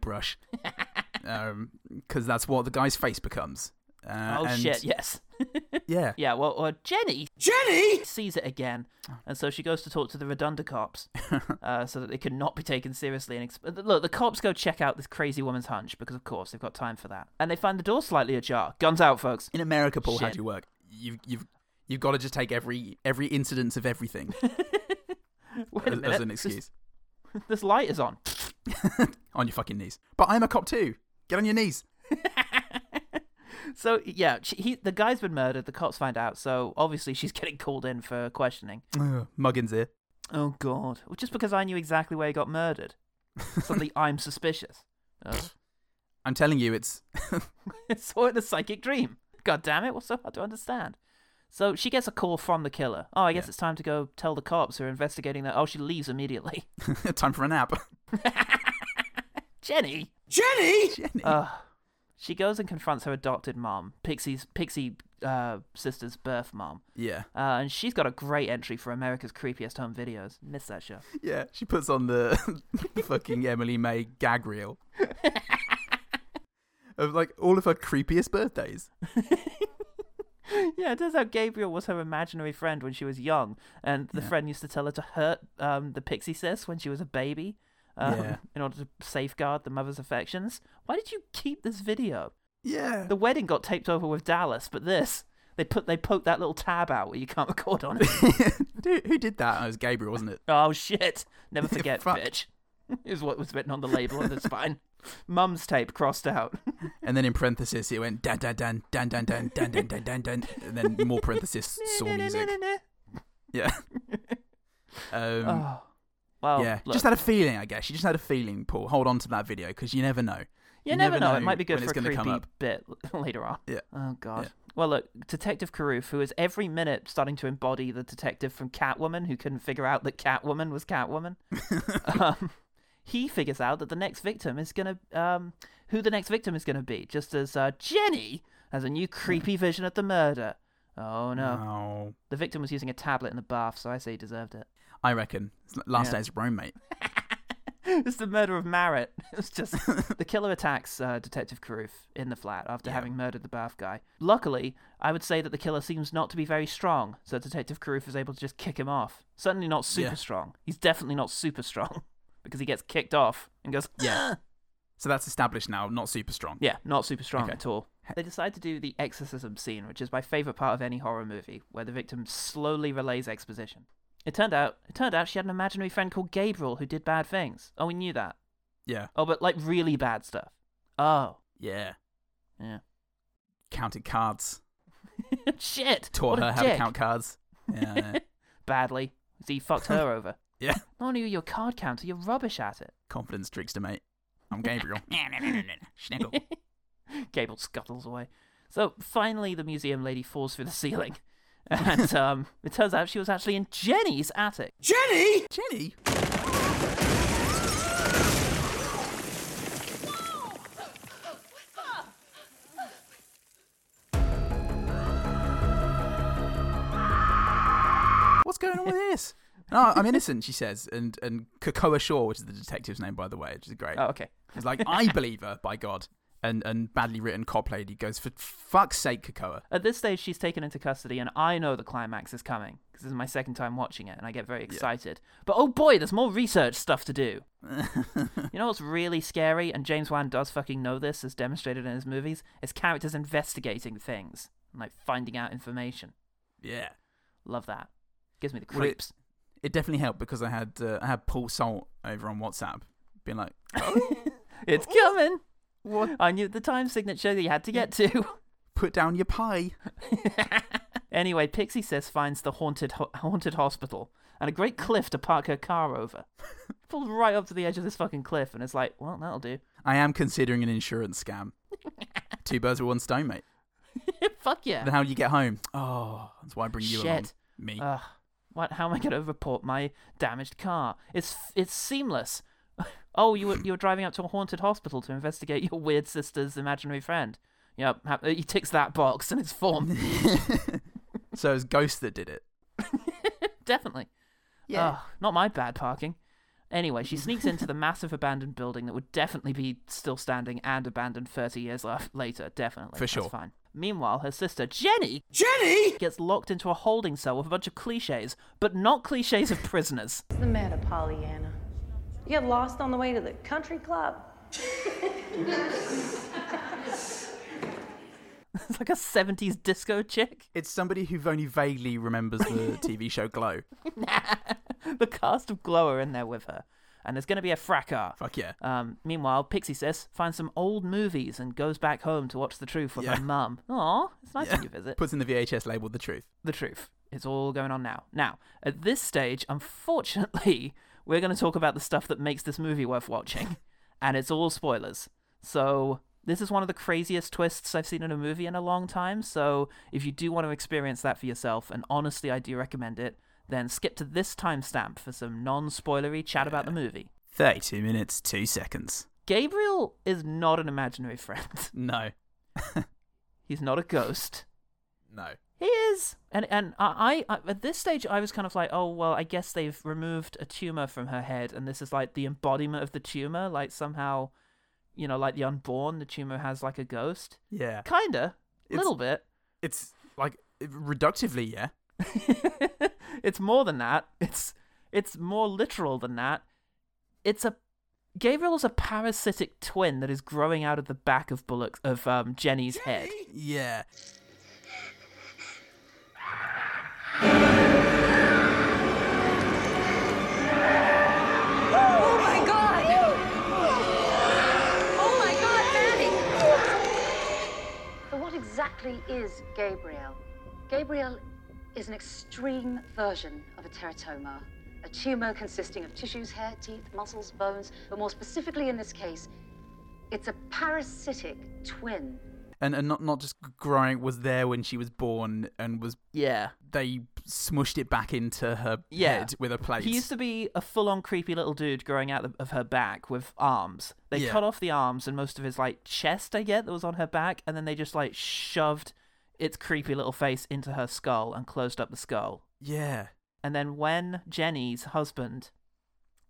[SPEAKER 1] *laughs*
[SPEAKER 2] brush, because that's what the guy's face becomes. Uh,
[SPEAKER 1] oh
[SPEAKER 2] and-
[SPEAKER 1] shit, yes. *laughs*
[SPEAKER 2] Yeah.
[SPEAKER 1] yeah, well, uh, Jenny
[SPEAKER 6] Jenny!
[SPEAKER 1] sees it again,
[SPEAKER 2] Oh.
[SPEAKER 1] and so she goes to talk to the Redunda
[SPEAKER 2] *laughs*
[SPEAKER 1] cops uh, so that they could not be taken seriously. And exp- look, the cops go check out this crazy woman's hunch because, of course, they've got time for that. And they find the door slightly ajar. Guns out,
[SPEAKER 2] *laughs*
[SPEAKER 1] folks.
[SPEAKER 2] In America, Paul, how
[SPEAKER 1] Shit.
[SPEAKER 2] do you work? You've you've you've got to just take every every incidence of everything as,
[SPEAKER 1] Wait a minute.
[SPEAKER 2] as an
[SPEAKER 1] this-
[SPEAKER 2] excuse
[SPEAKER 1] *laughs* This, light is on.
[SPEAKER 2] on your fucking knees. But I'm a cop too. Get on your knees.
[SPEAKER 1] So yeah, she, he, the guy's been murdered. The cops find out. So obviously she's *laughs* getting called in for questioning.
[SPEAKER 2] Ugh, Muggins here.
[SPEAKER 1] Oh god! Well, just because I knew exactly where he got murdered, suddenly I'm suspicious. *laughs* Oh.
[SPEAKER 2] I'm telling you, it's *laughs*
[SPEAKER 1] saw it in a psychic dream. God damn it, what's so hard to understand? So she gets a call from the killer. Oh, I guess it's time to go tell the cops who are investigating that. Oh, she leaves immediately. *laughs*
[SPEAKER 2] time for a nap.
[SPEAKER 1] Jenny!
[SPEAKER 6] Jenny!
[SPEAKER 2] Jenny.
[SPEAKER 1] Ugh. she goes and confronts her adopted mom, Pixie's Pixie uh, sister's birth mom.
[SPEAKER 2] yeah,
[SPEAKER 1] Uh, and she's got a great entry for America's creepiest home videos. Miss that show.
[SPEAKER 2] yeah. She puts on the, *laughs* the fucking Emily May
[SPEAKER 1] *laughs*
[SPEAKER 2] gag reel of like all of her creepiest birthdays.
[SPEAKER 1] *laughs* yeah, it turns out Gabriel was her imaginary friend when she was young, and the friend used to tell her to hurt um, the pixie sis when she was a baby um,
[SPEAKER 2] Yeah.
[SPEAKER 1] in order to safeguard the mother's affections. Why did you keep this video?
[SPEAKER 2] Yeah. *laughs*
[SPEAKER 1] The wedding got taped over with Dallas, but this they put they poked that little tab out where you can't *laughs* record on it.
[SPEAKER 2] Dude, who did that? Oh, it was Gabriel, wasn't it?
[SPEAKER 1] oh shit!
[SPEAKER 2] *laughs*
[SPEAKER 1] Never forget,
[SPEAKER 2] Fuck.
[SPEAKER 1] bitch. *laughs* Is what was written on the label on the
[SPEAKER 2] *laughs*
[SPEAKER 1] spine. Mum's tape crossed out.
[SPEAKER 2] And then in parenthesis, it went dan dan dan dan dan dan dan dan dan dan, dan, and then
[SPEAKER 1] *laughs*
[SPEAKER 2] more parenthesis saw music. Yeah. Um,
[SPEAKER 1] Oh. Well,
[SPEAKER 2] yeah,
[SPEAKER 1] look.
[SPEAKER 2] just had a feeling, I guess. You just had a feeling, Paul. Hold on to that video because you
[SPEAKER 1] *laughs*
[SPEAKER 2] never know.
[SPEAKER 1] You, never, know. It might be
[SPEAKER 2] when
[SPEAKER 1] good
[SPEAKER 2] it's
[SPEAKER 1] for a
[SPEAKER 2] gonna
[SPEAKER 1] creepy
[SPEAKER 2] come up.
[SPEAKER 1] bit *laughs* later on.
[SPEAKER 2] Yeah.
[SPEAKER 1] Oh god.
[SPEAKER 2] Yeah.
[SPEAKER 1] Well, look, Detective Carruth, who is every minute starting to embody the detective from Catwoman, who couldn't figure out that Catwoman was
[SPEAKER 2] *laughs*
[SPEAKER 1] Catwoman. um, he figures out that the next victim is gonna, um, who the next victim is gonna be, just as uh, Jenny has a new creepy vision of the murder. Oh no.
[SPEAKER 2] Oh,
[SPEAKER 1] The victim was using a tablet in the bath, so I say he deserved it.
[SPEAKER 2] I reckon It's like last
[SPEAKER 1] Yeah.
[SPEAKER 2] days of Rome, mate.
[SPEAKER 1] *laughs* it's the murder of Marrett. *laughs* It's just the killer attacks uh, Detective Carruth in the flat after
[SPEAKER 2] Yeah.
[SPEAKER 1] having murdered the bath guy. Luckily, I would say that the killer seems not to be very strong, so Detective Carruth is able to just kick him off. Certainly not super
[SPEAKER 2] Yeah.
[SPEAKER 1] strong. He's definitely not super strong *laughs* because he gets kicked off and goes, *gasps*
[SPEAKER 2] Yeah. So that's established now. Not super strong.
[SPEAKER 1] yeah, not super strong
[SPEAKER 2] Okay.
[SPEAKER 1] at all. They decide to do the exorcism scene, which is my favorite part of any horror movie, where the victim slowly relays exposition. It turned out, it turned out she had an imaginary friend called Gabriel who did bad things. Oh, we knew that.
[SPEAKER 2] Yeah.
[SPEAKER 1] Oh, but like really bad stuff. Oh,
[SPEAKER 2] Yeah.
[SPEAKER 1] yeah. *laughs*
[SPEAKER 2] Counted cards.
[SPEAKER 1] Shit. what
[SPEAKER 2] Taught her
[SPEAKER 1] a
[SPEAKER 2] how
[SPEAKER 1] dick.
[SPEAKER 2] to count cards.
[SPEAKER 1] *laughs*
[SPEAKER 2] Yeah.
[SPEAKER 1] Badly. So you fucked
[SPEAKER 2] *laughs*
[SPEAKER 1] her over.
[SPEAKER 2] yeah.
[SPEAKER 1] Not only are you a card counter, you're rubbish at it.
[SPEAKER 2] Confidence trickster, mate.
[SPEAKER 1] *laughs*
[SPEAKER 2] I'm Gabriel. Nah, nah, nah, nah, nah, nah. Schniggle.
[SPEAKER 1] Gable scuttles away. So finally, the museum lady falls through the ceiling. *laughs*
[SPEAKER 2] *laughs*
[SPEAKER 1] And um, it turns out she was actually in Jenny's attic.
[SPEAKER 6] Jenny!
[SPEAKER 2] Jenny. What's going on with this? No, I'm innocent, she says. And and Kakoa Shaw, which is the detective's name, by the way, which is great.
[SPEAKER 1] Oh, okay.
[SPEAKER 2] It's like, I believe her, by God. And and badly written cop lady goes, for fuck's sake, Kakoa.
[SPEAKER 1] At this stage, she's taken into custody, and I know the climax is coming because this is my second time watching it, and I get very excited. But oh boy, there's more research stuff to do. you know what's really scary, and James Wan does fucking know this, as demonstrated in his movies, is characters investigating things and like finding out information.
[SPEAKER 2] Yeah.
[SPEAKER 1] Love that. Gives me the
[SPEAKER 2] Well, it-
[SPEAKER 1] creeps.
[SPEAKER 2] It definitely helped because I had uh, I had Paul Salt over on WhatsApp being like,
[SPEAKER 1] it's coming.
[SPEAKER 2] what?
[SPEAKER 1] I knew the time signature that you had to get to. *laughs*
[SPEAKER 2] Put down your pie.
[SPEAKER 1] Anyway, Pixie Sis finds the haunted ho- haunted hospital and a great cliff to park her car over. *laughs* Pulls right up to the edge of this fucking cliff, and it's like, well, that'll do.
[SPEAKER 2] I am considering an insurance scam. Two birds with one stone, mate.
[SPEAKER 1] *laughs* Fuck yeah.
[SPEAKER 2] Then how do you get home? Oh, that's why I bring you along.
[SPEAKER 1] Shit. Uh.
[SPEAKER 2] Me.
[SPEAKER 1] Ugh. What? How am I going to report my damaged car? It's it's seamless. *laughs* oh, you were you were driving up to a haunted hospital to investigate your weird sister's imaginary friend. Yep, ha- he ticks that box and it's formed
[SPEAKER 2] *laughs*
[SPEAKER 1] *laughs*
[SPEAKER 2] so it was Ghost that did it.
[SPEAKER 1] definitely. Yeah. not my bad parking. Anyway, she sneaks into
[SPEAKER 2] *laughs*
[SPEAKER 1] the massive abandoned building that would definitely be still standing and abandoned 30 years la- later. Definitely.
[SPEAKER 2] For
[SPEAKER 1] That's
[SPEAKER 2] sure.
[SPEAKER 1] fine. Meanwhile, her sister, Jenny,
[SPEAKER 6] Jenny!
[SPEAKER 1] gets locked into a holding cell with a bunch of cliches, but not cliches of prisoners. *laughs*
[SPEAKER 9] What's the matter, Pollyanna? You got lost on the way to the country club?
[SPEAKER 1] It's like a 70s disco chick. *laughs*
[SPEAKER 2] It's somebody who only vaguely remembers the TV show Glow.
[SPEAKER 1] the cast of Glow are in there with her, and there's going to be a fracas.
[SPEAKER 2] Fuck yeah.
[SPEAKER 1] Um, meanwhile, Pixie Sis finds some old movies and goes back home to watch the truth with
[SPEAKER 2] Yeah.
[SPEAKER 1] her mum. Aw, it's nice when you visit.
[SPEAKER 2] Puts in the VHS labeled the truth.
[SPEAKER 1] the truth. It's all going on now. Now, at this stage, unfortunately, *laughs* we're going to talk about the stuff that makes this movie worth watching, and it's all spoilers. So, this is one of the craziest twists I've seen in a movie in a long time. So, if you do want to experience that for yourself, and honestly, I do recommend it, then skip to this timestamp for some non spoilery chat about the movie.
[SPEAKER 2] 32 minutes, 2 seconds.
[SPEAKER 1] Gabriel is not an imaginary friend, *laughs*
[SPEAKER 2] No.
[SPEAKER 1] he's not a ghost.
[SPEAKER 2] No.
[SPEAKER 1] He is, and and I, I at this stage I was kind of like, oh well, I guess they've removed a tumor from her head, and this is like the embodiment of the tumor, like somehow, you know, like the unborn, the tumor has like a ghost,
[SPEAKER 2] Yeah.
[SPEAKER 1] kinda, a
[SPEAKER 2] It's-
[SPEAKER 1] little bit. *laughs*
[SPEAKER 2] It's like reductively, yeah.
[SPEAKER 1] it's more than that. It's it's more literal than that. It's a Gabriel is a parasitic twin that is growing out of the back of Bullock of um, Jenny's head.
[SPEAKER 2] Yeah.
[SPEAKER 5] Oh my god! Oh my god, Fanny!
[SPEAKER 10] So, what exactly is Gabriel? Gabriel is an extreme version of a teratoma, a tumor consisting of tissues, hair, teeth, muscles, bones, but more specifically in this case, it's a parasitic twin.
[SPEAKER 2] And and not not just growing was there when she was born and was
[SPEAKER 1] Yeah.
[SPEAKER 2] they smushed it back into her
[SPEAKER 1] Yeah.
[SPEAKER 2] head with a plate.
[SPEAKER 1] He used to be a full-on creepy little dude growing out of her back with arms. They
[SPEAKER 2] Yeah.
[SPEAKER 1] cut off the arms and most of his like chest, I get, that was on her back, and then they just like shoved its creepy little face into her skull and closed up the skull.
[SPEAKER 2] yeah.
[SPEAKER 1] And then when Jenny's husband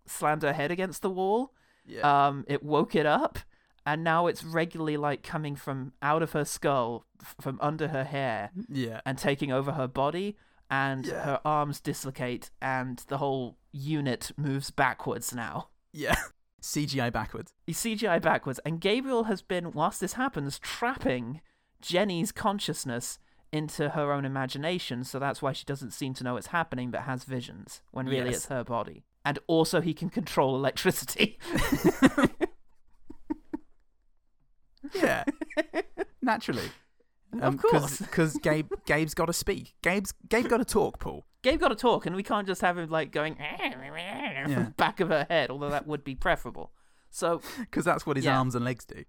[SPEAKER 1] slammed her head against the wall,
[SPEAKER 2] Yeah.
[SPEAKER 1] um, it woke it up, and now it's regularly like coming from out of her skull, f- from under her hair,
[SPEAKER 2] yeah.
[SPEAKER 1] and taking over her body and
[SPEAKER 2] Yeah.
[SPEAKER 1] her arms dislocate and the whole unit moves backwards now.
[SPEAKER 2] *laughs* Yeah. CGI backwards.
[SPEAKER 1] You CGI backwards and Gabriel has been whilst this happens trapping Jenny's consciousness into her own imagination so that's why she doesn't seem to know it's happening but has visions when really
[SPEAKER 2] Yes.
[SPEAKER 1] it's her body. And also he can control electricity. *laughs* *laughs*
[SPEAKER 2] Yeah. Naturally.
[SPEAKER 1] of course.
[SPEAKER 2] Because Gabe, Gabe's got to speak. Gabe's Gabe got to talk, Paul.
[SPEAKER 1] Gabe got to talk, and we can't just have him like going *laughs* from the back of her head, although that would be preferable. So
[SPEAKER 2] Because that's what his
[SPEAKER 1] Yeah.
[SPEAKER 2] arms and
[SPEAKER 1] *laughs*
[SPEAKER 2] legs do.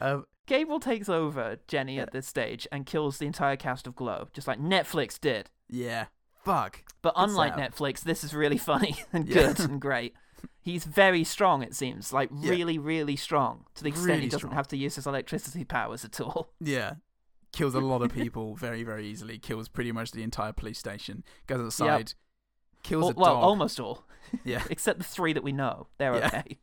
[SPEAKER 2] Um,
[SPEAKER 1] Gabriel takes over Jenny at this stage and kills the entire cast of Glow, just like Netflix did.
[SPEAKER 2] yeah. Fuck.
[SPEAKER 1] But
[SPEAKER 2] Good
[SPEAKER 1] unlike
[SPEAKER 2] setup.
[SPEAKER 1] Netflix, this is really *laughs* funny and
[SPEAKER 2] Yeah.
[SPEAKER 1] good and great. He's very strong, it seems. Like,
[SPEAKER 2] Yeah.
[SPEAKER 1] really, really strong to the extent
[SPEAKER 2] Really
[SPEAKER 1] he doesn't
[SPEAKER 2] strong.
[SPEAKER 1] have to use his electricity powers at all.
[SPEAKER 2] Yeah. Kills a lot of people *laughs* very, very easily. Kills pretty much the entire police station. Goes outside. Kills
[SPEAKER 1] Or-
[SPEAKER 2] a
[SPEAKER 1] well,
[SPEAKER 2] dog.
[SPEAKER 1] almost all, *laughs*
[SPEAKER 2] Yeah.
[SPEAKER 1] except the three that we know. They're
[SPEAKER 2] Yeah.
[SPEAKER 1] okay.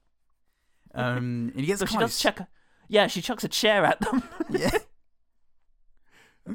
[SPEAKER 2] Um, and he gets
[SPEAKER 1] So she
[SPEAKER 2] close.
[SPEAKER 1] does check. Yeah, she chucks a chair at them. *laughs*
[SPEAKER 2] Yeah.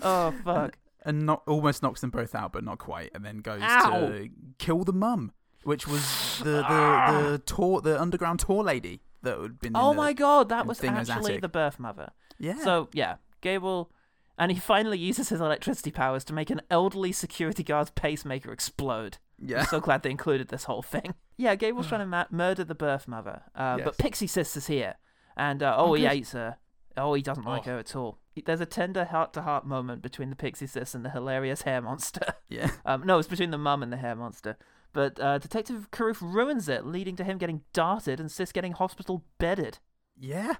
[SPEAKER 1] oh, fuck.
[SPEAKER 2] and not almost knocks them both out, but not quite. And then goes to
[SPEAKER 1] Ow. Ah.
[SPEAKER 2] kill the mum, which was the the the tour the underground tour lady that had been. in
[SPEAKER 1] Oh
[SPEAKER 2] the-
[SPEAKER 1] my god, that
[SPEAKER 2] in
[SPEAKER 1] was
[SPEAKER 2] Thingo's
[SPEAKER 1] actually
[SPEAKER 2] attic.
[SPEAKER 1] the birth mother.
[SPEAKER 2] Yeah.
[SPEAKER 1] So yeah, Gable, and he *laughs* finally uses his electricity powers to make an elderly security guard's pacemaker explode.
[SPEAKER 2] Yeah.
[SPEAKER 1] I'm so glad they included this whole thing. *laughs* Yeah, Gable's
[SPEAKER 2] *sighs*
[SPEAKER 1] trying to ma- murder the birth mother, uh,
[SPEAKER 2] Yes.
[SPEAKER 1] but Pixie Sister's here, and uh, oh, he hates her. Oh, he doesn't like
[SPEAKER 2] Oh.
[SPEAKER 1] her at all. There's a tender heart-to-heart moment between the pixie sis and the hilarious hair monster. *laughs*
[SPEAKER 2] Yeah.
[SPEAKER 1] Um, no, it's between the mum and the hair monster. But uh, Detective Carruth ruins it, leading to him getting darted and Sis getting hospital bedded. *laughs*
[SPEAKER 2] Yeah.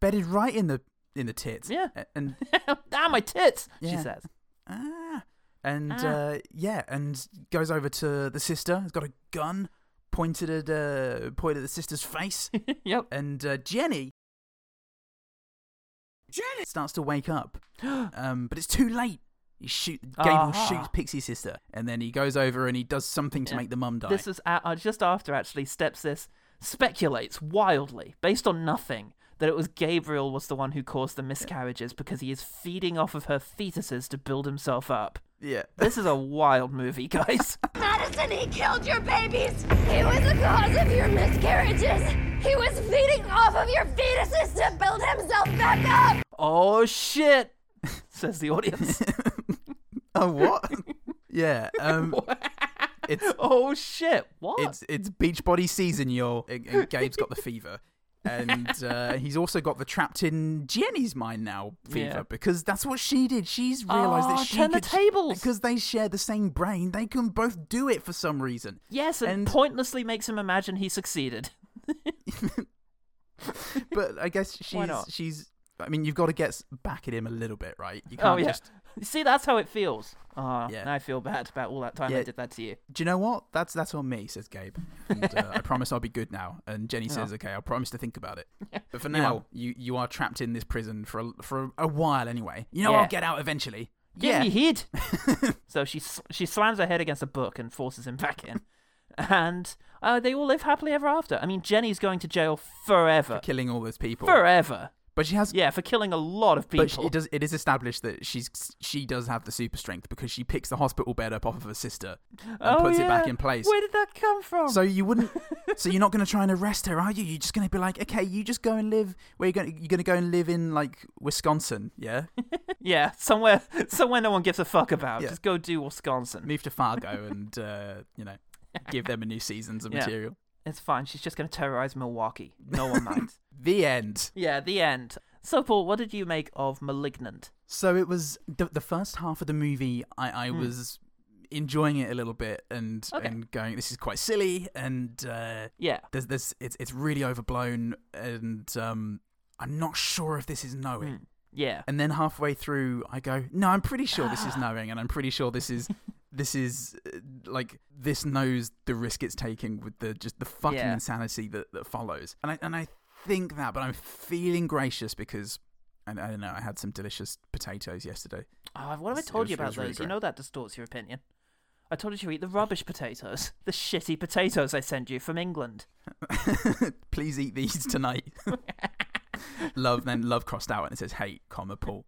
[SPEAKER 2] Bedded right in the in the tits.
[SPEAKER 1] Yeah.
[SPEAKER 2] A- And
[SPEAKER 1] ah, my tits, she
[SPEAKER 2] Yeah.
[SPEAKER 1] says. *laughs*
[SPEAKER 2] ah, and
[SPEAKER 1] Ah.
[SPEAKER 2] Uh, yeah, and goes over to the sister. Has got a gun pointed at uh, pointed at the sister's face,
[SPEAKER 1] yep.
[SPEAKER 2] and uh, Jenny
[SPEAKER 6] Jenny!
[SPEAKER 2] starts to
[SPEAKER 1] *gasps*
[SPEAKER 2] wake up. Um, but it's too late. He shoot Gable
[SPEAKER 1] Aha.
[SPEAKER 2] shoots Pixie sister, and then he goes over and he does something to
[SPEAKER 1] Yeah.
[SPEAKER 2] make the mum die.
[SPEAKER 1] This is a- uh, just after, actually, Stepsis speculates wildly, based on nothing, that it was Gabriel was the one who caused the miscarriages because he is feeding off of her fetuses to build himself up.
[SPEAKER 2] yeah.
[SPEAKER 1] *laughs* This is a wild movie, guys.
[SPEAKER 5] *laughs* Madison, he killed your babies. He was the cause of your miscarriages. He was feeding off of your fetuses to build himself back up.
[SPEAKER 1] oh, shit, *laughs* says the
[SPEAKER 2] *laughs*
[SPEAKER 1] audience. *laughs*
[SPEAKER 2] oh *laughs* what? yeah. Um, it's
[SPEAKER 1] oh, shit, what?
[SPEAKER 2] it's it's Beachbody season, y'all. And, and Gabe's got the fever, and
[SPEAKER 1] *laughs*
[SPEAKER 2] uh, he's also got the trapped in Jenny's mind now fever
[SPEAKER 1] Yeah.
[SPEAKER 2] because that's what she did. She's realised
[SPEAKER 1] Oh,
[SPEAKER 2] that she
[SPEAKER 1] turn the
[SPEAKER 2] could-
[SPEAKER 1] tables.
[SPEAKER 2] because they share the same brain. They can both do it for some reason.
[SPEAKER 1] yes, and,
[SPEAKER 2] and-
[SPEAKER 1] pointlessly makes him imagine he succeeded.
[SPEAKER 2] But I
[SPEAKER 1] *laughs*
[SPEAKER 2] guess she's
[SPEAKER 1] not?
[SPEAKER 2] she's. I mean, you've got to get s- back at him a little bit, right? You can't
[SPEAKER 1] Oh, yeah.
[SPEAKER 2] just.
[SPEAKER 1] You *laughs* See, that's how it feels. Ah,
[SPEAKER 2] Yeah.
[SPEAKER 1] now I feel bad about all that time I
[SPEAKER 2] Yeah.
[SPEAKER 1] did that to you.
[SPEAKER 2] Do you know what? That's that's on me, says Gabe. And, uh, I promise I'll be good now. And
[SPEAKER 1] Oh.
[SPEAKER 2] Jenny says, "Okay, I promise to
[SPEAKER 1] *laughs*
[SPEAKER 2] think about it." But for now, you you are trapped in this prison for a, for a while anyway. You know,
[SPEAKER 1] Yeah.
[SPEAKER 2] I'll get out eventually.
[SPEAKER 1] Get
[SPEAKER 2] yeah,
[SPEAKER 1] me hid.
[SPEAKER 2] *laughs*
[SPEAKER 1] so she s- she slams her head against a book and forces him back in, and uh, they all live happily ever after. I mean, Jenny's going to jail forever,
[SPEAKER 2] killing all those people.
[SPEAKER 1] forever.
[SPEAKER 2] But she has.
[SPEAKER 1] Yeah, for killing a lot of people.
[SPEAKER 2] But she, it does. It is established that she's she does have the super strength because she picks the hospital bed up off of her sister and
[SPEAKER 1] Oh,
[SPEAKER 2] puts it back
[SPEAKER 1] yeah.
[SPEAKER 2] in place.
[SPEAKER 1] Where did that come from?
[SPEAKER 2] So you wouldn't. so you're not going to try and arrest her, are you? You're just going to be like, okay, you just go and live. Where you going? You're going to go and live in like Wisconsin,
[SPEAKER 1] *laughs*
[SPEAKER 2] yeah?
[SPEAKER 1] yeah, somewhere somewhere no one gives a fuck about.
[SPEAKER 2] Yeah.
[SPEAKER 1] Just go do Wisconsin.
[SPEAKER 2] Move to Fargo and uh, you know, give them a new seasons of
[SPEAKER 1] Yeah.
[SPEAKER 2] material.
[SPEAKER 1] It's fine. She's just going to terrorize Milwaukee. No
[SPEAKER 2] *laughs*
[SPEAKER 1] one minds.
[SPEAKER 2] The end.
[SPEAKER 1] yeah, the end. So Paul, what did you make of *Malignant*?
[SPEAKER 2] So it was the, the first half of the movie. I, I was enjoying it a little bit and
[SPEAKER 1] Hmm. Okay.
[SPEAKER 2] and going, this is quite silly and. Uh,
[SPEAKER 1] Yeah,
[SPEAKER 2] there's this it's it's really overblown and um I'm not sure if this is knowing.
[SPEAKER 1] yeah.
[SPEAKER 2] And then halfway through I go, "No, I'm pretty sure this is knowing and I'm pretty sure this is this is uh, like this knows the risk it's taking with the just the fucking
[SPEAKER 1] Yeah.
[SPEAKER 2] insanity that that follows." And I and I think that, but I'm feeling gracious because I, I don't know, I had some delicious potatoes yesterday. *laughs*
[SPEAKER 1] Oh, what have I
[SPEAKER 2] It's- it
[SPEAKER 1] told
[SPEAKER 2] was-
[SPEAKER 1] you
[SPEAKER 2] it
[SPEAKER 1] about
[SPEAKER 2] was really
[SPEAKER 1] those? you
[SPEAKER 2] great.
[SPEAKER 1] know that distorts your opinion. I told you to eat the rubbish potatoes, *laughs* the shitty potatoes I sent you from England.
[SPEAKER 2] Please eat these tonight. love then love crossed out and it says hate comma Paul.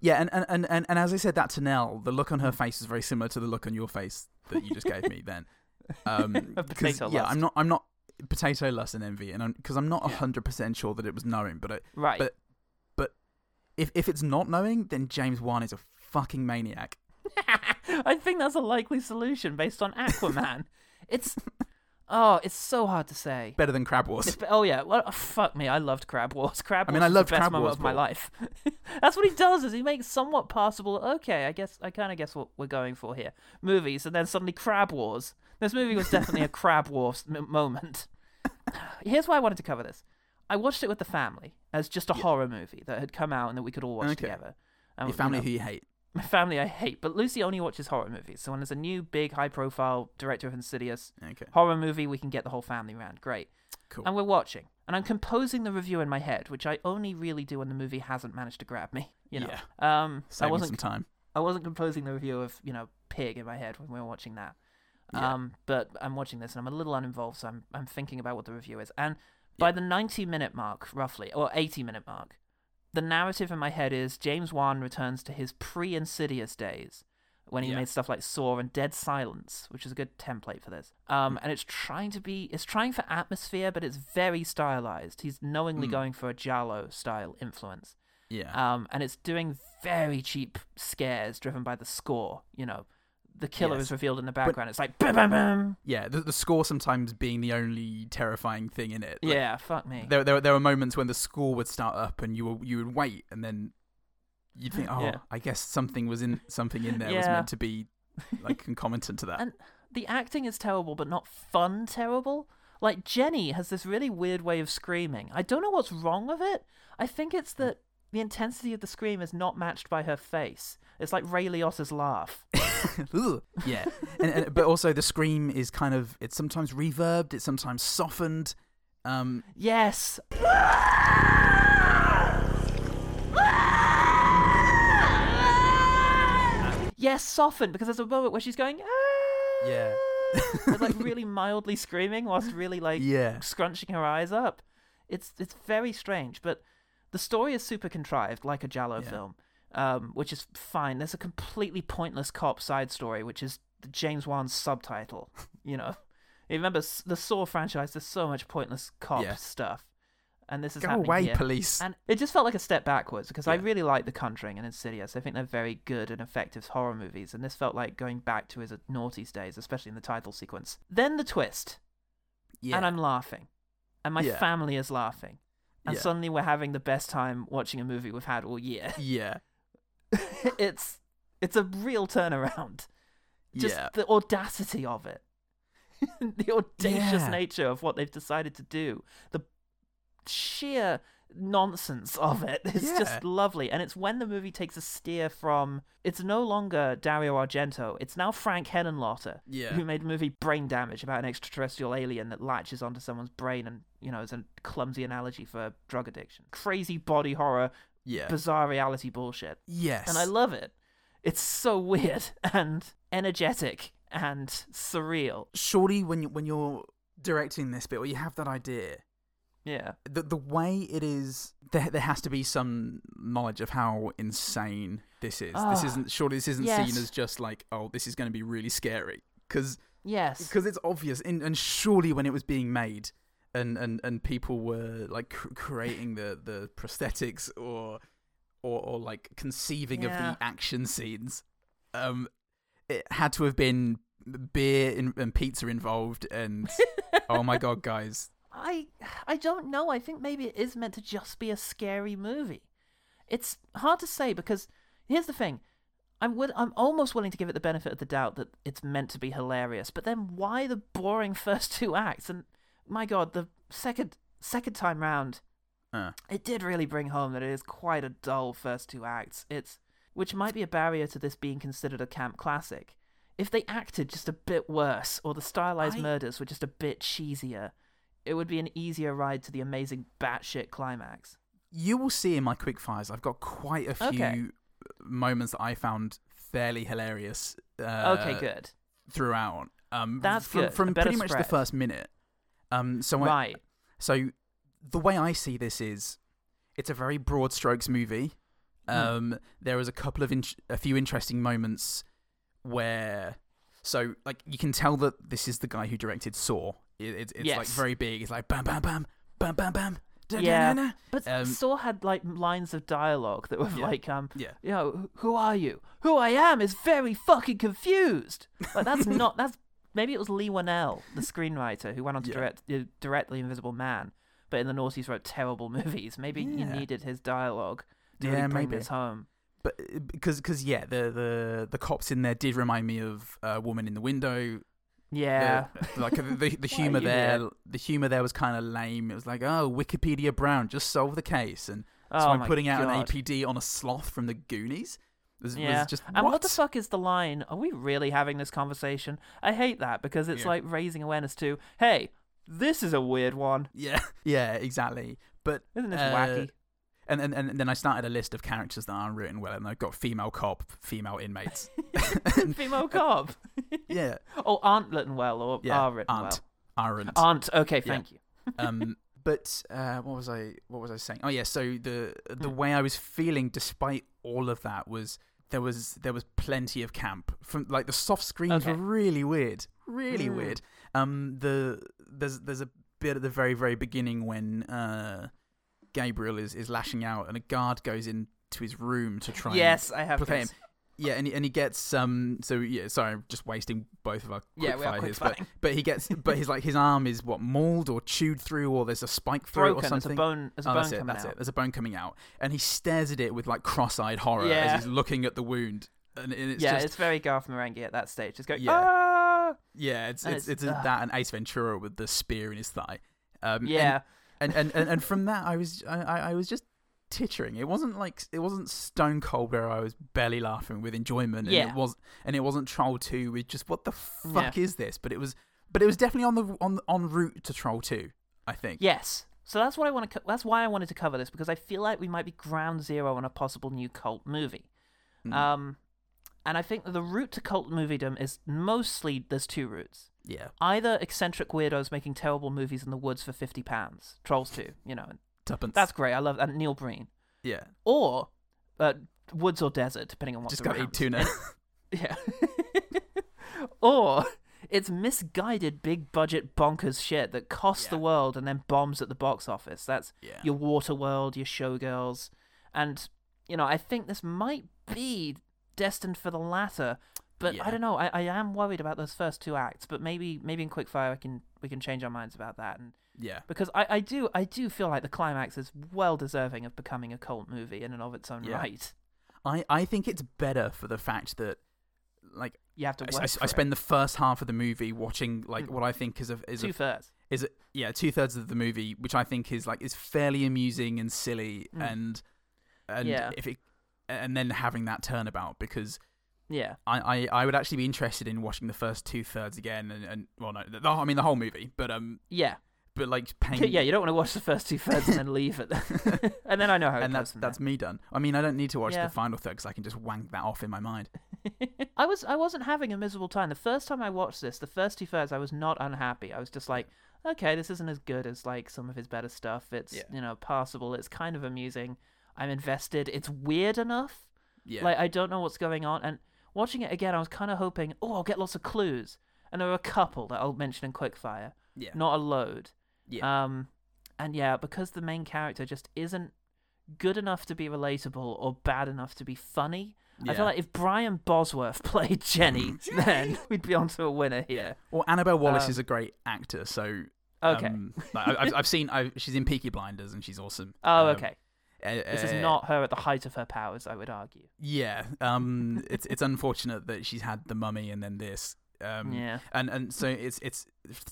[SPEAKER 2] yeah, and, and, and, and, and as I said that to Nell, the look on her face is very similar to the look on your face that you just gave me then. *laughs* Um,
[SPEAKER 1] *laughs* Of
[SPEAKER 2] 'cause,
[SPEAKER 1] potato
[SPEAKER 2] yeah,
[SPEAKER 1] lust.
[SPEAKER 2] I'm not I'm not potato lust and envy, and because I'm, not hundred percent sure that it was knowing, but I,
[SPEAKER 1] Right.
[SPEAKER 2] but but if if it's not knowing, then James Wan is a fucking maniac.
[SPEAKER 1] *laughs* I think that's a likely solution based on Aquaman. it's *laughs* oh, it's so hard to say.
[SPEAKER 2] Better than Crab Wars.
[SPEAKER 1] *laughs* It's be- oh yeah, well oh, fuck me, I loved Crab Wars. *laughs* Crab
[SPEAKER 2] I
[SPEAKER 1] Wars
[SPEAKER 2] mean, I
[SPEAKER 1] was
[SPEAKER 2] loved
[SPEAKER 1] the best
[SPEAKER 2] Crab
[SPEAKER 1] moment
[SPEAKER 2] Wars,
[SPEAKER 1] of my
[SPEAKER 2] Paul.
[SPEAKER 1] life. *laughs* that's what he does is he makes somewhat passable. Okay, I guess I kind of guess what we're going for here. Movies, and then suddenly Crab Wars. This movie was definitely
[SPEAKER 2] *laughs*
[SPEAKER 1] a Crab Wars m- moment. *sighs* Here's why I wanted to cover this. I watched it with the family as just a horror movie that had come out and that we could all watch
[SPEAKER 2] Okay.
[SPEAKER 1] together. And,
[SPEAKER 2] Your
[SPEAKER 1] you
[SPEAKER 2] family
[SPEAKER 1] know,
[SPEAKER 2] who you hate.
[SPEAKER 1] my family I hate, but Lucy only watches horror movies. So when there's a new big high profile director of Insidious
[SPEAKER 2] Okay.
[SPEAKER 1] horror movie, we can get the whole family round. Great.
[SPEAKER 2] Cool.
[SPEAKER 1] And we're watching. And I'm composing the review in my head, which I only really do when the movie hasn't managed to grab me. You know. Um I
[SPEAKER 2] Saving some
[SPEAKER 1] wasn't
[SPEAKER 2] time.
[SPEAKER 1] I wasn't composing the review of, you know, Pig in my head when we were watching that.
[SPEAKER 2] Yeah.
[SPEAKER 1] Um but I'm watching this and I'm a little uninvolved, so I'm I'm thinking about what the review is. And by the ninety minute mark, roughly, or eighty minute mark, the narrative in my head is James Wan returns to his pre Insidious days when he
[SPEAKER 2] Yeah.
[SPEAKER 1] made stuff like Saw and Dead Silence, which is a good template for this.
[SPEAKER 2] Mm.
[SPEAKER 1] Um, and it's trying to be, it's trying for atmosphere, but it's very stylized. He's
[SPEAKER 2] Mm.
[SPEAKER 1] knowingly going for a Jallo style influence.
[SPEAKER 2] Yeah.
[SPEAKER 1] Um, and it's doing very cheap scares driven by the score. You know, the killer
[SPEAKER 2] Yes.
[SPEAKER 1] is revealed in the background. It's like, bam, bam, bam.
[SPEAKER 2] yeah, the, the score sometimes being the only terrifying thing in it. Like,
[SPEAKER 1] Yeah, fuck me.
[SPEAKER 2] there, there, there were moments when the score would start up and you were, you would wait and then you'd think,
[SPEAKER 1] *laughs*
[SPEAKER 2] oh,
[SPEAKER 1] Yeah.
[SPEAKER 2] I guess something was in something in there was
[SPEAKER 1] Yeah.
[SPEAKER 2] meant to be like
[SPEAKER 1] *laughs*
[SPEAKER 2] concomitant to that.
[SPEAKER 1] And the acting is terrible, but not fun terrible. Like Jenny has this really weird way of screaming. I don't know what's wrong with it. I think
[SPEAKER 2] Hmm.
[SPEAKER 1] it's that the intensity of the scream is not matched by her face. It's like Ray Liotta's laugh.
[SPEAKER 2] Ugh. yeah, and, and but also the scream is kind of it's sometimes reverbed, it's sometimes softened. Um,
[SPEAKER 1] yes, yes, softened because there's a moment where she's going. "Ah!"
[SPEAKER 2] yeah,
[SPEAKER 1] It's like
[SPEAKER 2] *laughs*
[SPEAKER 1] really mildly screaming whilst really like
[SPEAKER 2] Yeah.
[SPEAKER 1] scrunching her eyes up. It's it's very strange, but the story is super contrived, like a Jallo
[SPEAKER 2] Yeah.
[SPEAKER 1] film, um, which is fine. There's a completely pointless cop side story, which is the James Wan's subtitle. You know, you remember s- the Saw franchise? There's so much pointless cop
[SPEAKER 2] Yeah.
[SPEAKER 1] stuff, and this is
[SPEAKER 2] Go
[SPEAKER 1] happening
[SPEAKER 2] away,
[SPEAKER 1] here.
[SPEAKER 2] police.
[SPEAKER 1] And it just felt like a step backwards because I
[SPEAKER 2] Yeah.
[SPEAKER 1] really like The Conjuring and Insidious. I think they're very good and effective horror movies, and this felt like going back to his naughty days, especially in the title sequence. Then the twist,
[SPEAKER 2] yeah,
[SPEAKER 1] and I'm laughing, and my
[SPEAKER 2] Yeah.
[SPEAKER 1] family is laughing, and
[SPEAKER 2] Yeah.
[SPEAKER 1] suddenly we're having the best time watching a movie we've had all year. *laughs*
[SPEAKER 2] yeah,
[SPEAKER 1] it's it's a real turnaround. Just
[SPEAKER 2] yeah.
[SPEAKER 1] the audacity of it, *laughs* the audacious
[SPEAKER 2] Yeah.
[SPEAKER 1] nature of what they've decided to do, the sheer nonsense of it *laughs* is
[SPEAKER 2] Yeah.
[SPEAKER 1] just lovely. And it's when the movie takes a steer from it's no longer Dario Argento, it's now Frank Henenlotter,
[SPEAKER 2] Yeah.
[SPEAKER 1] who made the movie Brain Damage about an extraterrestrial alien that latches onto someone's brain and you know is a clumsy analogy for drug addiction, crazy body horror,
[SPEAKER 2] yeah.
[SPEAKER 1] bizarre reality bullshit
[SPEAKER 2] yes,
[SPEAKER 1] and I love it. It's so weird *laughs* and energetic and surreal.
[SPEAKER 2] surely when you, when you're directing this bit or you have that idea,
[SPEAKER 1] Yeah.
[SPEAKER 2] the the way it is, there there has to be some knowledge of how insane this is. this
[SPEAKER 1] Ah,
[SPEAKER 2] isn't surely this isn't
[SPEAKER 1] yes.
[SPEAKER 2] seen as just like oh this is going to be really scary because
[SPEAKER 1] Yes.
[SPEAKER 2] because it's obvious and, and surely when it was being made and and and people were like cr- creating the the prosthetics or or, or like conceiving
[SPEAKER 1] Yeah.
[SPEAKER 2] of the action scenes um it had to have been beer in, and pizza involved
[SPEAKER 1] *laughs*
[SPEAKER 2] and oh my god guys
[SPEAKER 1] I I don't know. I think maybe it is meant to just be a scary movie. It's hard to say because here's the thing. I'm will- I'm almost willing to give it the benefit of the doubt that it's meant to be hilarious. But then why the boring *laughs* first two acts? And my god, the second second time round,
[SPEAKER 2] Uh,
[SPEAKER 1] it did really bring home that it is quite a dull first two acts. It's which might be a barrier to this being considered a camp classic. If they acted just a bit worse, or the stylized
[SPEAKER 2] I-
[SPEAKER 1] murders were just a bit cheesier, it would be an easier ride to the amazing batshit climax.
[SPEAKER 2] you will see in my quick fires i've got quite a few
[SPEAKER 1] Okay.
[SPEAKER 2] moments that i found fairly hilarious uh,
[SPEAKER 1] Okay, good.
[SPEAKER 2] throughout um
[SPEAKER 1] That's
[SPEAKER 2] from,
[SPEAKER 1] good. A
[SPEAKER 2] from
[SPEAKER 1] better
[SPEAKER 2] pretty much the
[SPEAKER 1] spread.
[SPEAKER 2] first minute um so I,
[SPEAKER 1] right.
[SPEAKER 2] So the way I see this is, it's a very broad strokes movie.
[SPEAKER 1] Hmm.
[SPEAKER 2] Um, there is a couple of in- a few interesting moments where, so like you can tell that this is the guy who directed Saw. It, it's it's like
[SPEAKER 1] Yes.
[SPEAKER 2] very big. It's like bam bam bam bam bam bam. da, da, da, da.
[SPEAKER 1] Yeah, but
[SPEAKER 2] Um,
[SPEAKER 1] Saw had like lines of dialogue that were
[SPEAKER 2] Yeah.
[SPEAKER 1] like, um,
[SPEAKER 2] Yeah.
[SPEAKER 1] you know, "Wh- who are you? Who I am is very fucking confused. Like
[SPEAKER 2] *laughs*
[SPEAKER 1] that's not that's maybe it was Lee Whannell, the screenwriter who went on to
[SPEAKER 2] Yeah.
[SPEAKER 1] direct uh, direct The Invisible Man, but in the noughties wrote terrible *laughs* movies. Maybe you
[SPEAKER 2] Yeah.
[SPEAKER 1] needed his dialogue to
[SPEAKER 2] Yeah,
[SPEAKER 1] really bring
[SPEAKER 2] maybe.
[SPEAKER 1] this home.
[SPEAKER 2] but uh, because because yeah, the the the cops in there did remind me of uh, Woman in the Window.
[SPEAKER 1] Yeah,
[SPEAKER 2] The, like the, the
[SPEAKER 1] *laughs* Why
[SPEAKER 2] humor
[SPEAKER 1] you
[SPEAKER 2] there,
[SPEAKER 1] did.
[SPEAKER 2] the humor there was kind of lame. It was like, oh, Wikipedia Brown, just solve the case, and so
[SPEAKER 1] Oh
[SPEAKER 2] I'm
[SPEAKER 1] my
[SPEAKER 2] putting out an
[SPEAKER 1] God.
[SPEAKER 2] APD on a sloth from the Goonies. It was, was
[SPEAKER 1] yeah.
[SPEAKER 2] just
[SPEAKER 1] and what the fuck is the line? Are we really having this conversation? I hate that because it's
[SPEAKER 2] Yeah.
[SPEAKER 1] like raising awareness to, hey, this is a weird one.
[SPEAKER 2] Yeah, *laughs* yeah, exactly. But
[SPEAKER 1] Isn't this
[SPEAKER 2] uh,
[SPEAKER 1] wacky?
[SPEAKER 2] And, and and then I started a list of characters that aren't written well, and I've got female cop, female inmates.
[SPEAKER 1] *laughs*
[SPEAKER 2] *laughs*
[SPEAKER 1] Female cop. *laughs*
[SPEAKER 2] yeah,
[SPEAKER 1] Oh, aren't written well or
[SPEAKER 2] yeah,
[SPEAKER 1] are written
[SPEAKER 2] aren't, aren't.
[SPEAKER 1] well? Aren't. Okay, thank you. *laughs*
[SPEAKER 2] um, but uh, what was I? What was I saying? Oh yeah. So the the
[SPEAKER 1] Hmm.
[SPEAKER 2] way I was feeling, despite all of that, was there was there was plenty of camp from like the soft screens
[SPEAKER 1] Okay.
[SPEAKER 2] were really weird, really
[SPEAKER 1] Mm.
[SPEAKER 2] weird. Um, the there's there's a bit at the very very beginning when uh, Gabriel is is lashing out and a guard goes into his room to try.
[SPEAKER 1] Yes,
[SPEAKER 2] and
[SPEAKER 1] I have
[SPEAKER 2] placate
[SPEAKER 1] this.
[SPEAKER 2] him. Yeah, and he, and he gets um. So yeah, sorry, I'm just wasting both of our quick
[SPEAKER 1] Yeah, we are
[SPEAKER 2] fire
[SPEAKER 1] quick
[SPEAKER 2] hits,
[SPEAKER 1] firing.
[SPEAKER 2] but but
[SPEAKER 1] *laughs*
[SPEAKER 2] he gets but his like his arm is what mauled or chewed through or there's a spike through it
[SPEAKER 1] Broken,
[SPEAKER 2] or
[SPEAKER 1] there's a
[SPEAKER 2] something.
[SPEAKER 1] bone- there's a
[SPEAKER 2] oh, that's
[SPEAKER 1] bone
[SPEAKER 2] it.
[SPEAKER 1] coming
[SPEAKER 2] That's
[SPEAKER 1] out.
[SPEAKER 2] it. There's a bone coming out, and he stares at it with like cross-eyed horror
[SPEAKER 1] Yeah.
[SPEAKER 2] as he's looking at the wound, and, and it's
[SPEAKER 1] yeah,
[SPEAKER 2] just
[SPEAKER 1] it's very Garth Marenghi at that stage. Just going,
[SPEAKER 2] Yeah.
[SPEAKER 1] ah,
[SPEAKER 2] yeah, it's
[SPEAKER 1] and
[SPEAKER 2] it's,
[SPEAKER 1] it's-
[SPEAKER 2] it's,
[SPEAKER 1] ugh.
[SPEAKER 2] that and Ace Ventura with the spear in his thigh. Um,
[SPEAKER 1] Yeah.
[SPEAKER 2] and, and, and, and and from that, I was I, I I was just tittering. It wasn't like it wasn't Stone Cold where I was barely laughing with enjoyment, and
[SPEAKER 1] Yeah.
[SPEAKER 2] it was and it wasn't Troll Two with just what the fuck
[SPEAKER 1] Yeah.
[SPEAKER 2] is this? But it was but it was definitely on the on on route to Troll Two, I think.
[SPEAKER 1] yes. So that's what I want to. Co- that's why I wanted to cover this because I feel like we might be ground zero on a possible new cult movie.
[SPEAKER 2] Hmm.
[SPEAKER 1] Um, and I think that the route to cult moviedom is mostly there's two routes.
[SPEAKER 2] yeah,
[SPEAKER 1] Either eccentric weirdos making terrible movies in the woods for fifty pounds, Trolls Two, you know, and
[SPEAKER 2] tuppence.
[SPEAKER 1] that's great. I love and Neil Breen,
[SPEAKER 2] yeah,
[SPEAKER 1] or uh, woods or desert, depending on what.
[SPEAKER 2] just
[SPEAKER 1] the
[SPEAKER 2] gotta
[SPEAKER 1] rounds. *laughs*
[SPEAKER 2] eat tuna.
[SPEAKER 1] Yeah. or it's misguided big budget bonkers shit that costs the
[SPEAKER 2] Yeah.
[SPEAKER 1] world and then bombs at the box office. That's
[SPEAKER 2] Yeah.
[SPEAKER 1] your Waterworld, your Showgirls. And, you know, I think this might be destined for the latter. But I
[SPEAKER 2] Yeah.
[SPEAKER 1] don't know. I, I am worried about those first two acts, but maybe maybe in Quickfire I can we can change our minds about that and
[SPEAKER 2] yeah,
[SPEAKER 1] because I, I do I do feel like the climax is well deserving of becoming a cult movie in and of its own
[SPEAKER 2] Yeah.
[SPEAKER 1] right.
[SPEAKER 2] I I think it's better for the fact that like
[SPEAKER 1] You have to
[SPEAKER 2] I,
[SPEAKER 1] work
[SPEAKER 2] I- I
[SPEAKER 1] for it. Mm.
[SPEAKER 2] spend the first half of the movie watching like what I think is a is
[SPEAKER 1] two
[SPEAKER 2] a
[SPEAKER 1] thirds.
[SPEAKER 2] is it yeah two thirds of the movie which i think is like is fairly amusing and silly and and
[SPEAKER 1] Mm. Yeah.
[SPEAKER 2] if it and then having that turnabout because
[SPEAKER 1] Yeah.
[SPEAKER 2] I, I, I would actually be interested in watching the first two thirds again and, and well no the, I mean the whole movie but um
[SPEAKER 1] Yeah.
[SPEAKER 2] but
[SPEAKER 1] *laughs*
[SPEAKER 2] like paying
[SPEAKER 1] Yeah, you don't want to watch the first two thirds and then leave it. *laughs* and then I know how it
[SPEAKER 2] and
[SPEAKER 1] goes
[SPEAKER 2] that's
[SPEAKER 1] from
[SPEAKER 2] that's me done I mean I don't need to watch
[SPEAKER 1] Yeah.
[SPEAKER 2] the final third because I can just wank that off in my
[SPEAKER 1] *laughs*
[SPEAKER 2] mind
[SPEAKER 1] there. I was I wasn't having a miserable time. The first time I watched this, the first two thirds, I was not unhappy. I was just like, okay, this isn't as good as like some of his better stuff. It's
[SPEAKER 2] Yeah.
[SPEAKER 1] you know passable. It's kind of amusing. I'm invested. It's weird enough.
[SPEAKER 2] yeah
[SPEAKER 1] Like I don't know what's going on. And watching it again, I was kind of hoping, oh, I'll get lots of clues. And there were a couple that I'll mention in quickfire.
[SPEAKER 2] yeah
[SPEAKER 1] not a load.
[SPEAKER 2] Yeah.
[SPEAKER 1] Um, and yeah, because the main character just isn't good enough to be relatable or bad enough to be funny. I
[SPEAKER 2] Yeah.
[SPEAKER 1] feel like if Brian Bosworth *laughs* played
[SPEAKER 2] *laughs*
[SPEAKER 1] Jenny, then we'd be onto a winner here.
[SPEAKER 2] well Annabelle Wallace
[SPEAKER 1] um,
[SPEAKER 2] is a great actor so
[SPEAKER 1] Okay.
[SPEAKER 2] um, like, I, I've, I've seen I've, she's in Peaky Blinders and she's awesome
[SPEAKER 1] *laughs* Oh,
[SPEAKER 2] Um,
[SPEAKER 1] okay.
[SPEAKER 2] uh,
[SPEAKER 1] This is
[SPEAKER 2] uh,
[SPEAKER 1] not her at the height of her powers, I would argue.
[SPEAKER 2] Yeah, um, it's it's unfortunate that she's had the mummy and then this. Um,
[SPEAKER 1] Yeah.
[SPEAKER 2] and and so it's it's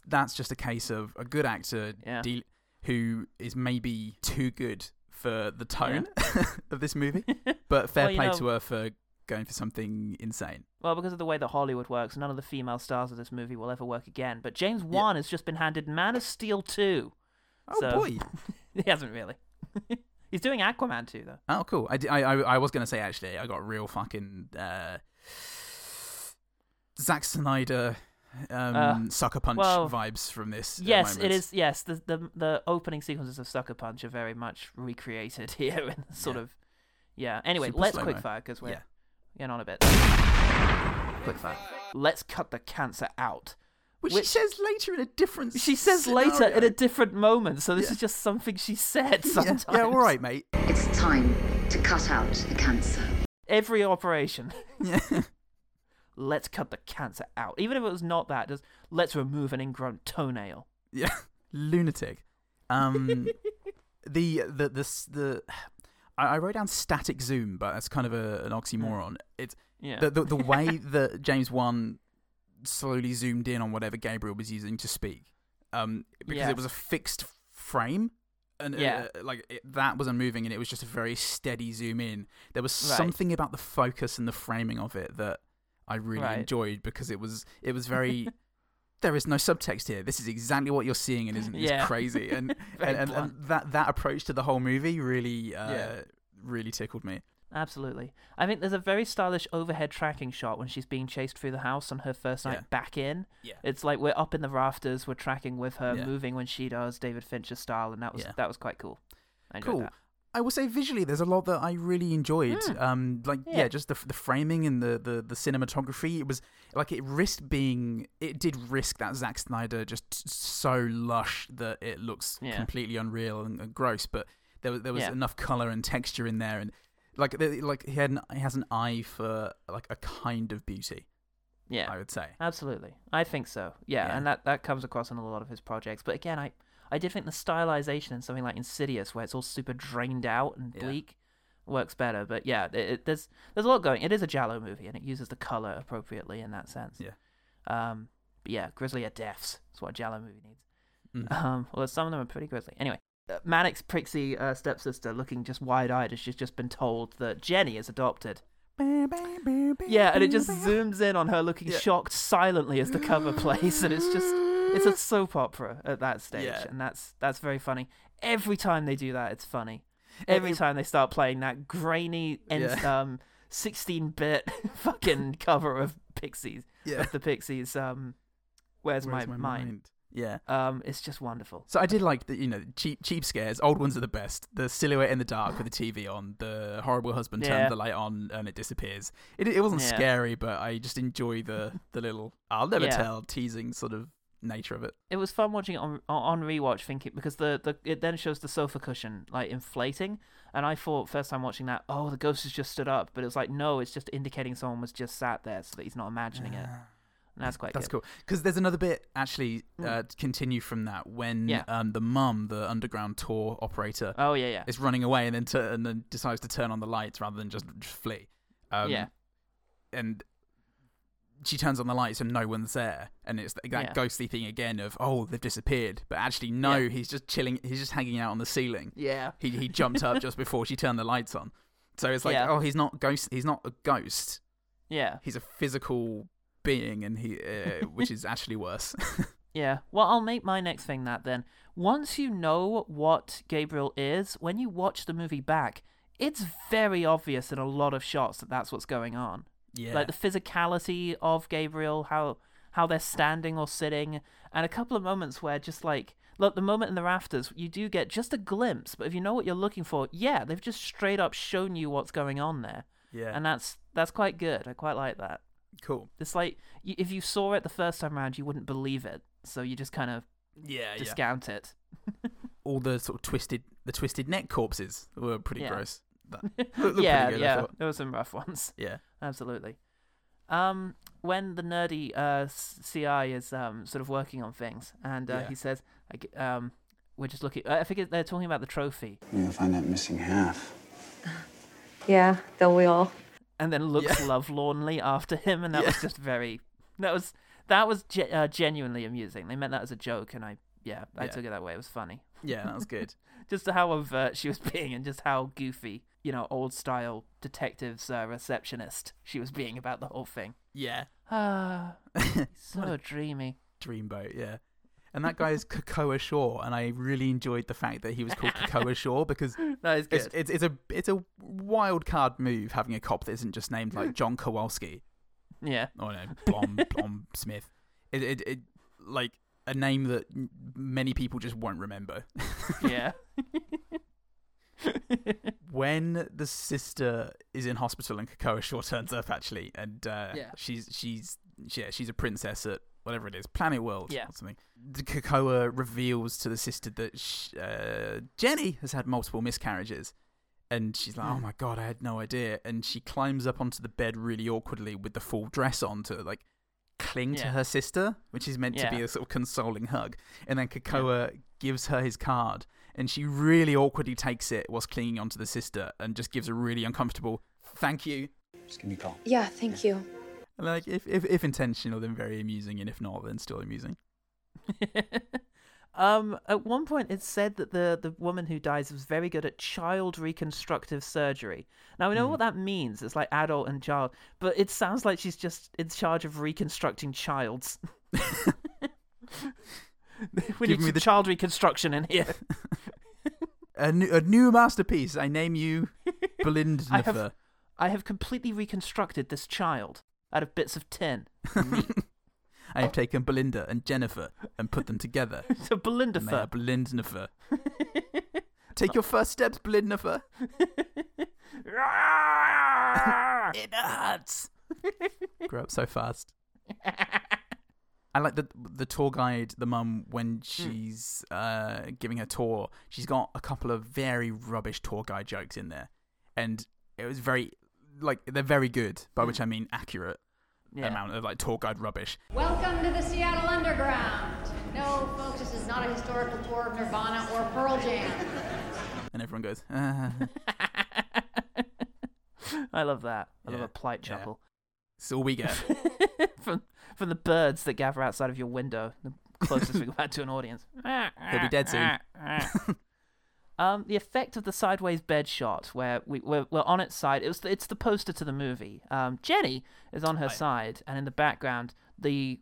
[SPEAKER 2] that's just a case of a good actor
[SPEAKER 1] Yeah.
[SPEAKER 2] deal- who is maybe too good for the tone *laughs* of this movie, but
[SPEAKER 1] *laughs*
[SPEAKER 2] fair
[SPEAKER 1] Well, you
[SPEAKER 2] play
[SPEAKER 1] know-
[SPEAKER 2] to her for going for something insane.
[SPEAKER 1] Well, because of the way that Hollywood works, none of the female stars of this movie will ever work again. But James Wan has just been handed Man of Steel 2.
[SPEAKER 2] Oh
[SPEAKER 1] So-
[SPEAKER 2] boy!
[SPEAKER 1] *laughs* he hasn't really. *laughs* He's doing Aquaman 2, though.
[SPEAKER 2] Oh cool. I, di- I, I I was gonna say actually I got real fucking uh, Zack Snyder um,
[SPEAKER 1] Uh,
[SPEAKER 2] sucker punch
[SPEAKER 1] well,
[SPEAKER 2] vibes from this. at
[SPEAKER 1] Yes, it
[SPEAKER 2] moments.
[SPEAKER 1] is. Yes, the, the the opening sequences of Sucker Punch are very much recreated *laughs* here in the sort of yeah. Anyway,
[SPEAKER 2] Super
[SPEAKER 1] let's
[SPEAKER 2] slow-mo.
[SPEAKER 1] quick fire because we're
[SPEAKER 2] Yeah.
[SPEAKER 1] getting on a bit. Quick fire. Let's cut the cancer out.
[SPEAKER 2] Which,
[SPEAKER 1] Which-
[SPEAKER 2] she says later in a different.
[SPEAKER 1] She says later
[SPEAKER 2] scenario.
[SPEAKER 1] in a different moment, so this is just something she said
[SPEAKER 2] *laughs* Yeah,
[SPEAKER 1] *laughs* sometimes.
[SPEAKER 2] yeah, all right, mate. *laughs*
[SPEAKER 10] It's time to cut out the cancer.
[SPEAKER 1] Every operation. *laughs*
[SPEAKER 2] Yeah.
[SPEAKER 1] Let's cut the cancer out. Even if it was not that, just let's remove an ingrown toenail.
[SPEAKER 2] yeah, lunatic.
[SPEAKER 1] *laughs*
[SPEAKER 2] Um, the the the s- the. I I wrote down static zoom, but that's kind of a, an oxymoron. It's
[SPEAKER 1] Yeah.
[SPEAKER 2] the, the the way that James One slowly zoomed in on whatever Gabriel was using to speak, um, because
[SPEAKER 1] Yeah.
[SPEAKER 2] it was a fixed frame, and uh,
[SPEAKER 1] Yeah.
[SPEAKER 2] like it, that was unmoving, and it was just a very steady zoom in. There was
[SPEAKER 1] Right.
[SPEAKER 2] something about the focus and the framing of it that I really
[SPEAKER 1] Right.
[SPEAKER 2] enjoyed because it was it was
[SPEAKER 1] *laughs*
[SPEAKER 2] very. there is no subtext here. This is exactly what you're seeing, and isn't
[SPEAKER 1] Yeah.
[SPEAKER 2] this crazy? And
[SPEAKER 1] *laughs* Very
[SPEAKER 2] and, and,
[SPEAKER 1] blunt.
[SPEAKER 2] and that that approach to the whole movie really uh,
[SPEAKER 1] Yeah.
[SPEAKER 2] really tickled me.
[SPEAKER 1] *laughs* Absolutely. I think there's a very stylish overhead tracking shot when she's being chased through the house on her first night
[SPEAKER 2] Yeah.
[SPEAKER 1] back in.
[SPEAKER 2] Yeah.
[SPEAKER 1] It's like we're up in the rafters, we're tracking with her,
[SPEAKER 2] Yeah.
[SPEAKER 1] moving when she does, David Fincher style, and that was
[SPEAKER 2] Yeah.
[SPEAKER 1] that was quite cool. I enjoyed
[SPEAKER 2] cool.
[SPEAKER 1] that. Hmm.
[SPEAKER 2] I will say visually, there's a lot that I really enjoyed. Um, like yeah.
[SPEAKER 1] Yeah.
[SPEAKER 2] just the the framing and the, the the cinematography. It was like it risked being. It did risk that Zack Snyder just so lush that it looks
[SPEAKER 1] Yeah.
[SPEAKER 2] completely unreal and, and gross. But there was there was
[SPEAKER 1] Yeah.
[SPEAKER 2] enough color and texture in there, and Like, the- like he, had an, he has an eye for like a kind of beauty.
[SPEAKER 1] Yeah.
[SPEAKER 2] I would say.
[SPEAKER 1] Absolutely. I think so. Yeah,
[SPEAKER 2] Yeah.
[SPEAKER 1] and that, that comes across in a lot of his projects. But again, I, I did think the stylization in something like Insidious, where it's all super drained out and
[SPEAKER 2] Yeah.
[SPEAKER 1] bleak, works better. But yeah, it, it, there's there's a lot going. It is a Jallo movie, and it uses the color appropriately in that sense.
[SPEAKER 2] Yeah.
[SPEAKER 1] Um. But yeah, grisly are deaths. That's what a Jallo movie needs. *laughs*
[SPEAKER 2] Hmm.
[SPEAKER 1] Um. Although some of them are pretty grisly. Anyway. uh, Maddox Prixie uh, stepsister looking just wide eyed as she's just been told that Jenny is adopted. Yeah, and it just zooms in on her looking shocked silently as the cover plays, and it's just it's
[SPEAKER 2] *laughs*
[SPEAKER 1] a soap opera at that stage,
[SPEAKER 2] Yeah.
[SPEAKER 1] and that's that's very funny. Every time they do that, it's funny. Every
[SPEAKER 2] it-
[SPEAKER 1] time they start playing that grainy and
[SPEAKER 2] Yeah.
[SPEAKER 1] um sixteen bit *laughs* fucking cover of Pixies
[SPEAKER 2] Yeah.
[SPEAKER 1] of the Pixies. Um, where's,
[SPEAKER 2] Where's
[SPEAKER 1] my, mind?
[SPEAKER 2] Yeah.
[SPEAKER 1] Um, it's just wonderful.
[SPEAKER 2] So I did like the you know cheap cheap scares. Old ones are the best. The silhouette in the dark with the TV on. The horrible husband
[SPEAKER 1] Yeah.
[SPEAKER 2] turns the light on and it disappears. It it wasn't
[SPEAKER 1] Yeah.
[SPEAKER 2] scary, but I just enjoy the the little I'll never
[SPEAKER 1] Yeah.
[SPEAKER 2] tell teasing sort of nature of it.
[SPEAKER 1] it was fun watching it on on rewatch thinking because the, the it then shows the sofa cushion like inflating and i thought first time watching that oh the ghost has just stood up but it was like no it's just indicating someone was just sat there so that he's not imagining it and that's quite
[SPEAKER 2] Ah. That's
[SPEAKER 1] good.
[SPEAKER 2] cool. Because there's another bit actually uh, to continue from that when
[SPEAKER 1] Mm. Yeah.
[SPEAKER 2] um, the mum, the underground tour operator,
[SPEAKER 1] oh yeah yeah
[SPEAKER 2] is running away and then tu- and then decides to turn on the lights rather than just, just flee. Um,
[SPEAKER 1] yeah
[SPEAKER 2] and she turns on the lights and no one's there and it's that
[SPEAKER 1] Yeah.
[SPEAKER 2] ghostly thing again of oh they've disappeared but actually no
[SPEAKER 1] Yeah.
[SPEAKER 2] he's just chilling he's just hanging out on the ceiling
[SPEAKER 1] yeah
[SPEAKER 2] he he
[SPEAKER 1] *laughs*
[SPEAKER 2] jumped up just before she turned the lights on so it's like
[SPEAKER 1] Yeah.
[SPEAKER 2] oh he's not ghost he's not a ghost
[SPEAKER 1] yeah
[SPEAKER 2] he's a physical being and he uh,
[SPEAKER 1] *laughs*
[SPEAKER 2] which is actually worse *laughs*
[SPEAKER 1] yeah well i'll make my next thing that then once you know what gabriel is when you watch the movie back it's very obvious in a lot of shots that that's what's going on
[SPEAKER 2] yeah
[SPEAKER 1] like the physicality of Gabriel, how how they're standing or sitting, and a couple of moments where just like look the moment in the rafters, you do get just a glimpse, but if you know what you're looking for, yeah, they've just straight up shown you what's going on there,
[SPEAKER 2] yeah
[SPEAKER 1] and that's that's quite good. I quite like that.
[SPEAKER 2] cool
[SPEAKER 1] It's like y- if you saw it the first time around, you wouldn't believe it, so you just kind of
[SPEAKER 2] Uh, yeah yeah
[SPEAKER 1] discount it.
[SPEAKER 2] all the sort of twisted the twisted neck corpses were pretty
[SPEAKER 1] Yeah.
[SPEAKER 2] gross
[SPEAKER 1] *laughs*
[SPEAKER 2] that, looked- looked
[SPEAKER 1] yeah,
[SPEAKER 2] pretty good, I
[SPEAKER 1] yeah,
[SPEAKER 2] thought.
[SPEAKER 1] there were some rough *laughs* ones.
[SPEAKER 2] yeah
[SPEAKER 1] Absolutely. Um, when the nerdy uh, s- CI is um, sort of working on things, and uh,
[SPEAKER 2] Yeah.
[SPEAKER 1] he says, I g- um, "We're just looking." I think it- they're talking about the trophy,
[SPEAKER 8] I'm gonna find that missing half.
[SPEAKER 9] Yeah, don't we all?
[SPEAKER 1] and then looks
[SPEAKER 2] Yeah.
[SPEAKER 1] lovelornly after him, and that was
[SPEAKER 2] Yeah.
[SPEAKER 1] just very. That was that was ge- uh, genuinely amusing. They meant that as a joke, and I yeah, I
[SPEAKER 2] Yeah.
[SPEAKER 1] took it that way. It was funny,
[SPEAKER 2] yeah that was good
[SPEAKER 1] just how overt she was *laughs* being, and just how goofy, you know, old style detectives uh, receptionist she was being about the whole
[SPEAKER 2] *laughs*
[SPEAKER 1] thing. *sighs*
[SPEAKER 2] yeah
[SPEAKER 1] Ah, so dreamy.
[SPEAKER 2] Dreamboat, yeah. And that guy is Kakoa Shaw, and I really enjoyed the fact that he was called Kakoa
[SPEAKER 1] *laughs*
[SPEAKER 2] Shaw because
[SPEAKER 1] That is
[SPEAKER 2] it's,
[SPEAKER 1] good.
[SPEAKER 2] it's it's a it's a wild card move having a cop that isn't just named like John Kowalski
[SPEAKER 1] Yeah.
[SPEAKER 2] or no
[SPEAKER 1] *laughs*
[SPEAKER 2] Blom Blom Smith. It, it it like a name that m- many people just won't remember. *laughs*
[SPEAKER 1] Yeah.
[SPEAKER 2] when the sister is in hospital and Kakoa Shaw *laughs* turns up actually, and uh,
[SPEAKER 1] Yeah.
[SPEAKER 2] she's she's yeah she's a princess at whatever it is, Planet World
[SPEAKER 1] Yeah.
[SPEAKER 2] or something. The Kakoa reveals to the sister that sh uh, Jenny has had multiple miscarriages, and she's
[SPEAKER 1] Hmm.
[SPEAKER 2] like, "Oh my god, I had no idea." And she climbs up onto the bed really awkwardly with the full dress on to like cling to
[SPEAKER 1] Yeah.
[SPEAKER 2] her sister, which is meant to be
[SPEAKER 1] Yeah.
[SPEAKER 2] a sort of consoling hug. And then Kakoa gives her his card, and she really awkwardly takes it whilst clinging onto the sister, and just gives a really uncomfortable "thank you."
[SPEAKER 8] Just give me a call.
[SPEAKER 5] Yeah, thank you.
[SPEAKER 2] And, Like if, if if intentional, then very amusing, and if not, then still amusing.
[SPEAKER 1] um, at one point, it's said that the, the woman who dies was very good at child reconstructive surgery. Now,
[SPEAKER 2] Hmm.
[SPEAKER 1] we know what that means. It's like adult and child, but it sounds like she's just in charge of reconstructing childs. *laughs* we
[SPEAKER 2] Give
[SPEAKER 1] need
[SPEAKER 2] me
[SPEAKER 1] some
[SPEAKER 2] the-
[SPEAKER 1] child reconstruction in
[SPEAKER 2] *laughs*
[SPEAKER 1] here.
[SPEAKER 2] A new, a new masterpiece. I
[SPEAKER 1] *laughs*
[SPEAKER 2] name you Blind
[SPEAKER 1] I have-
[SPEAKER 2] Nefer.
[SPEAKER 1] I have completely reconstructed this child out of bits of tin. *laughs*
[SPEAKER 2] I have taken Belinda and Jennifer and put them
[SPEAKER 1] *laughs*
[SPEAKER 2] together.
[SPEAKER 1] So Belinda
[SPEAKER 2] and they are
[SPEAKER 1] *laughs*
[SPEAKER 2] Blind Nefer. Take your first steps, Blind Nefer.
[SPEAKER 1] Fur.
[SPEAKER 2] It hurts. Grew up so fast. *laughs* I like the the tour guide, the mum, when she's uh, giving her tour, she's got a couple of very rubbish tour guide jokes in there, and it was very like they're very good, by which I mean accurate
[SPEAKER 1] *laughs* Yeah.
[SPEAKER 2] amount of like tour guide rubbish.
[SPEAKER 5] Welcome to the Seattle Underground. No, folks, this is not a historical tour of Nirvana or Pearl Jam.
[SPEAKER 2] And everyone goes, uh. *laughs*
[SPEAKER 1] *laughs* I love that. I
[SPEAKER 2] Yeah,
[SPEAKER 1] love a polite
[SPEAKER 2] yeah.
[SPEAKER 1] chuckle *laughs*
[SPEAKER 2] "It's all we get."
[SPEAKER 1] from from the birds that gather outside of your window, the closest we've had to an audience.
[SPEAKER 2] He'll be dead soon.
[SPEAKER 1] *laughs*
[SPEAKER 2] Ah.
[SPEAKER 1] um, the effect of the sideways bed shot, where we we're, we're on its side. It was it's the poster to the movie. Um, Jenny is on her side, and in the background, the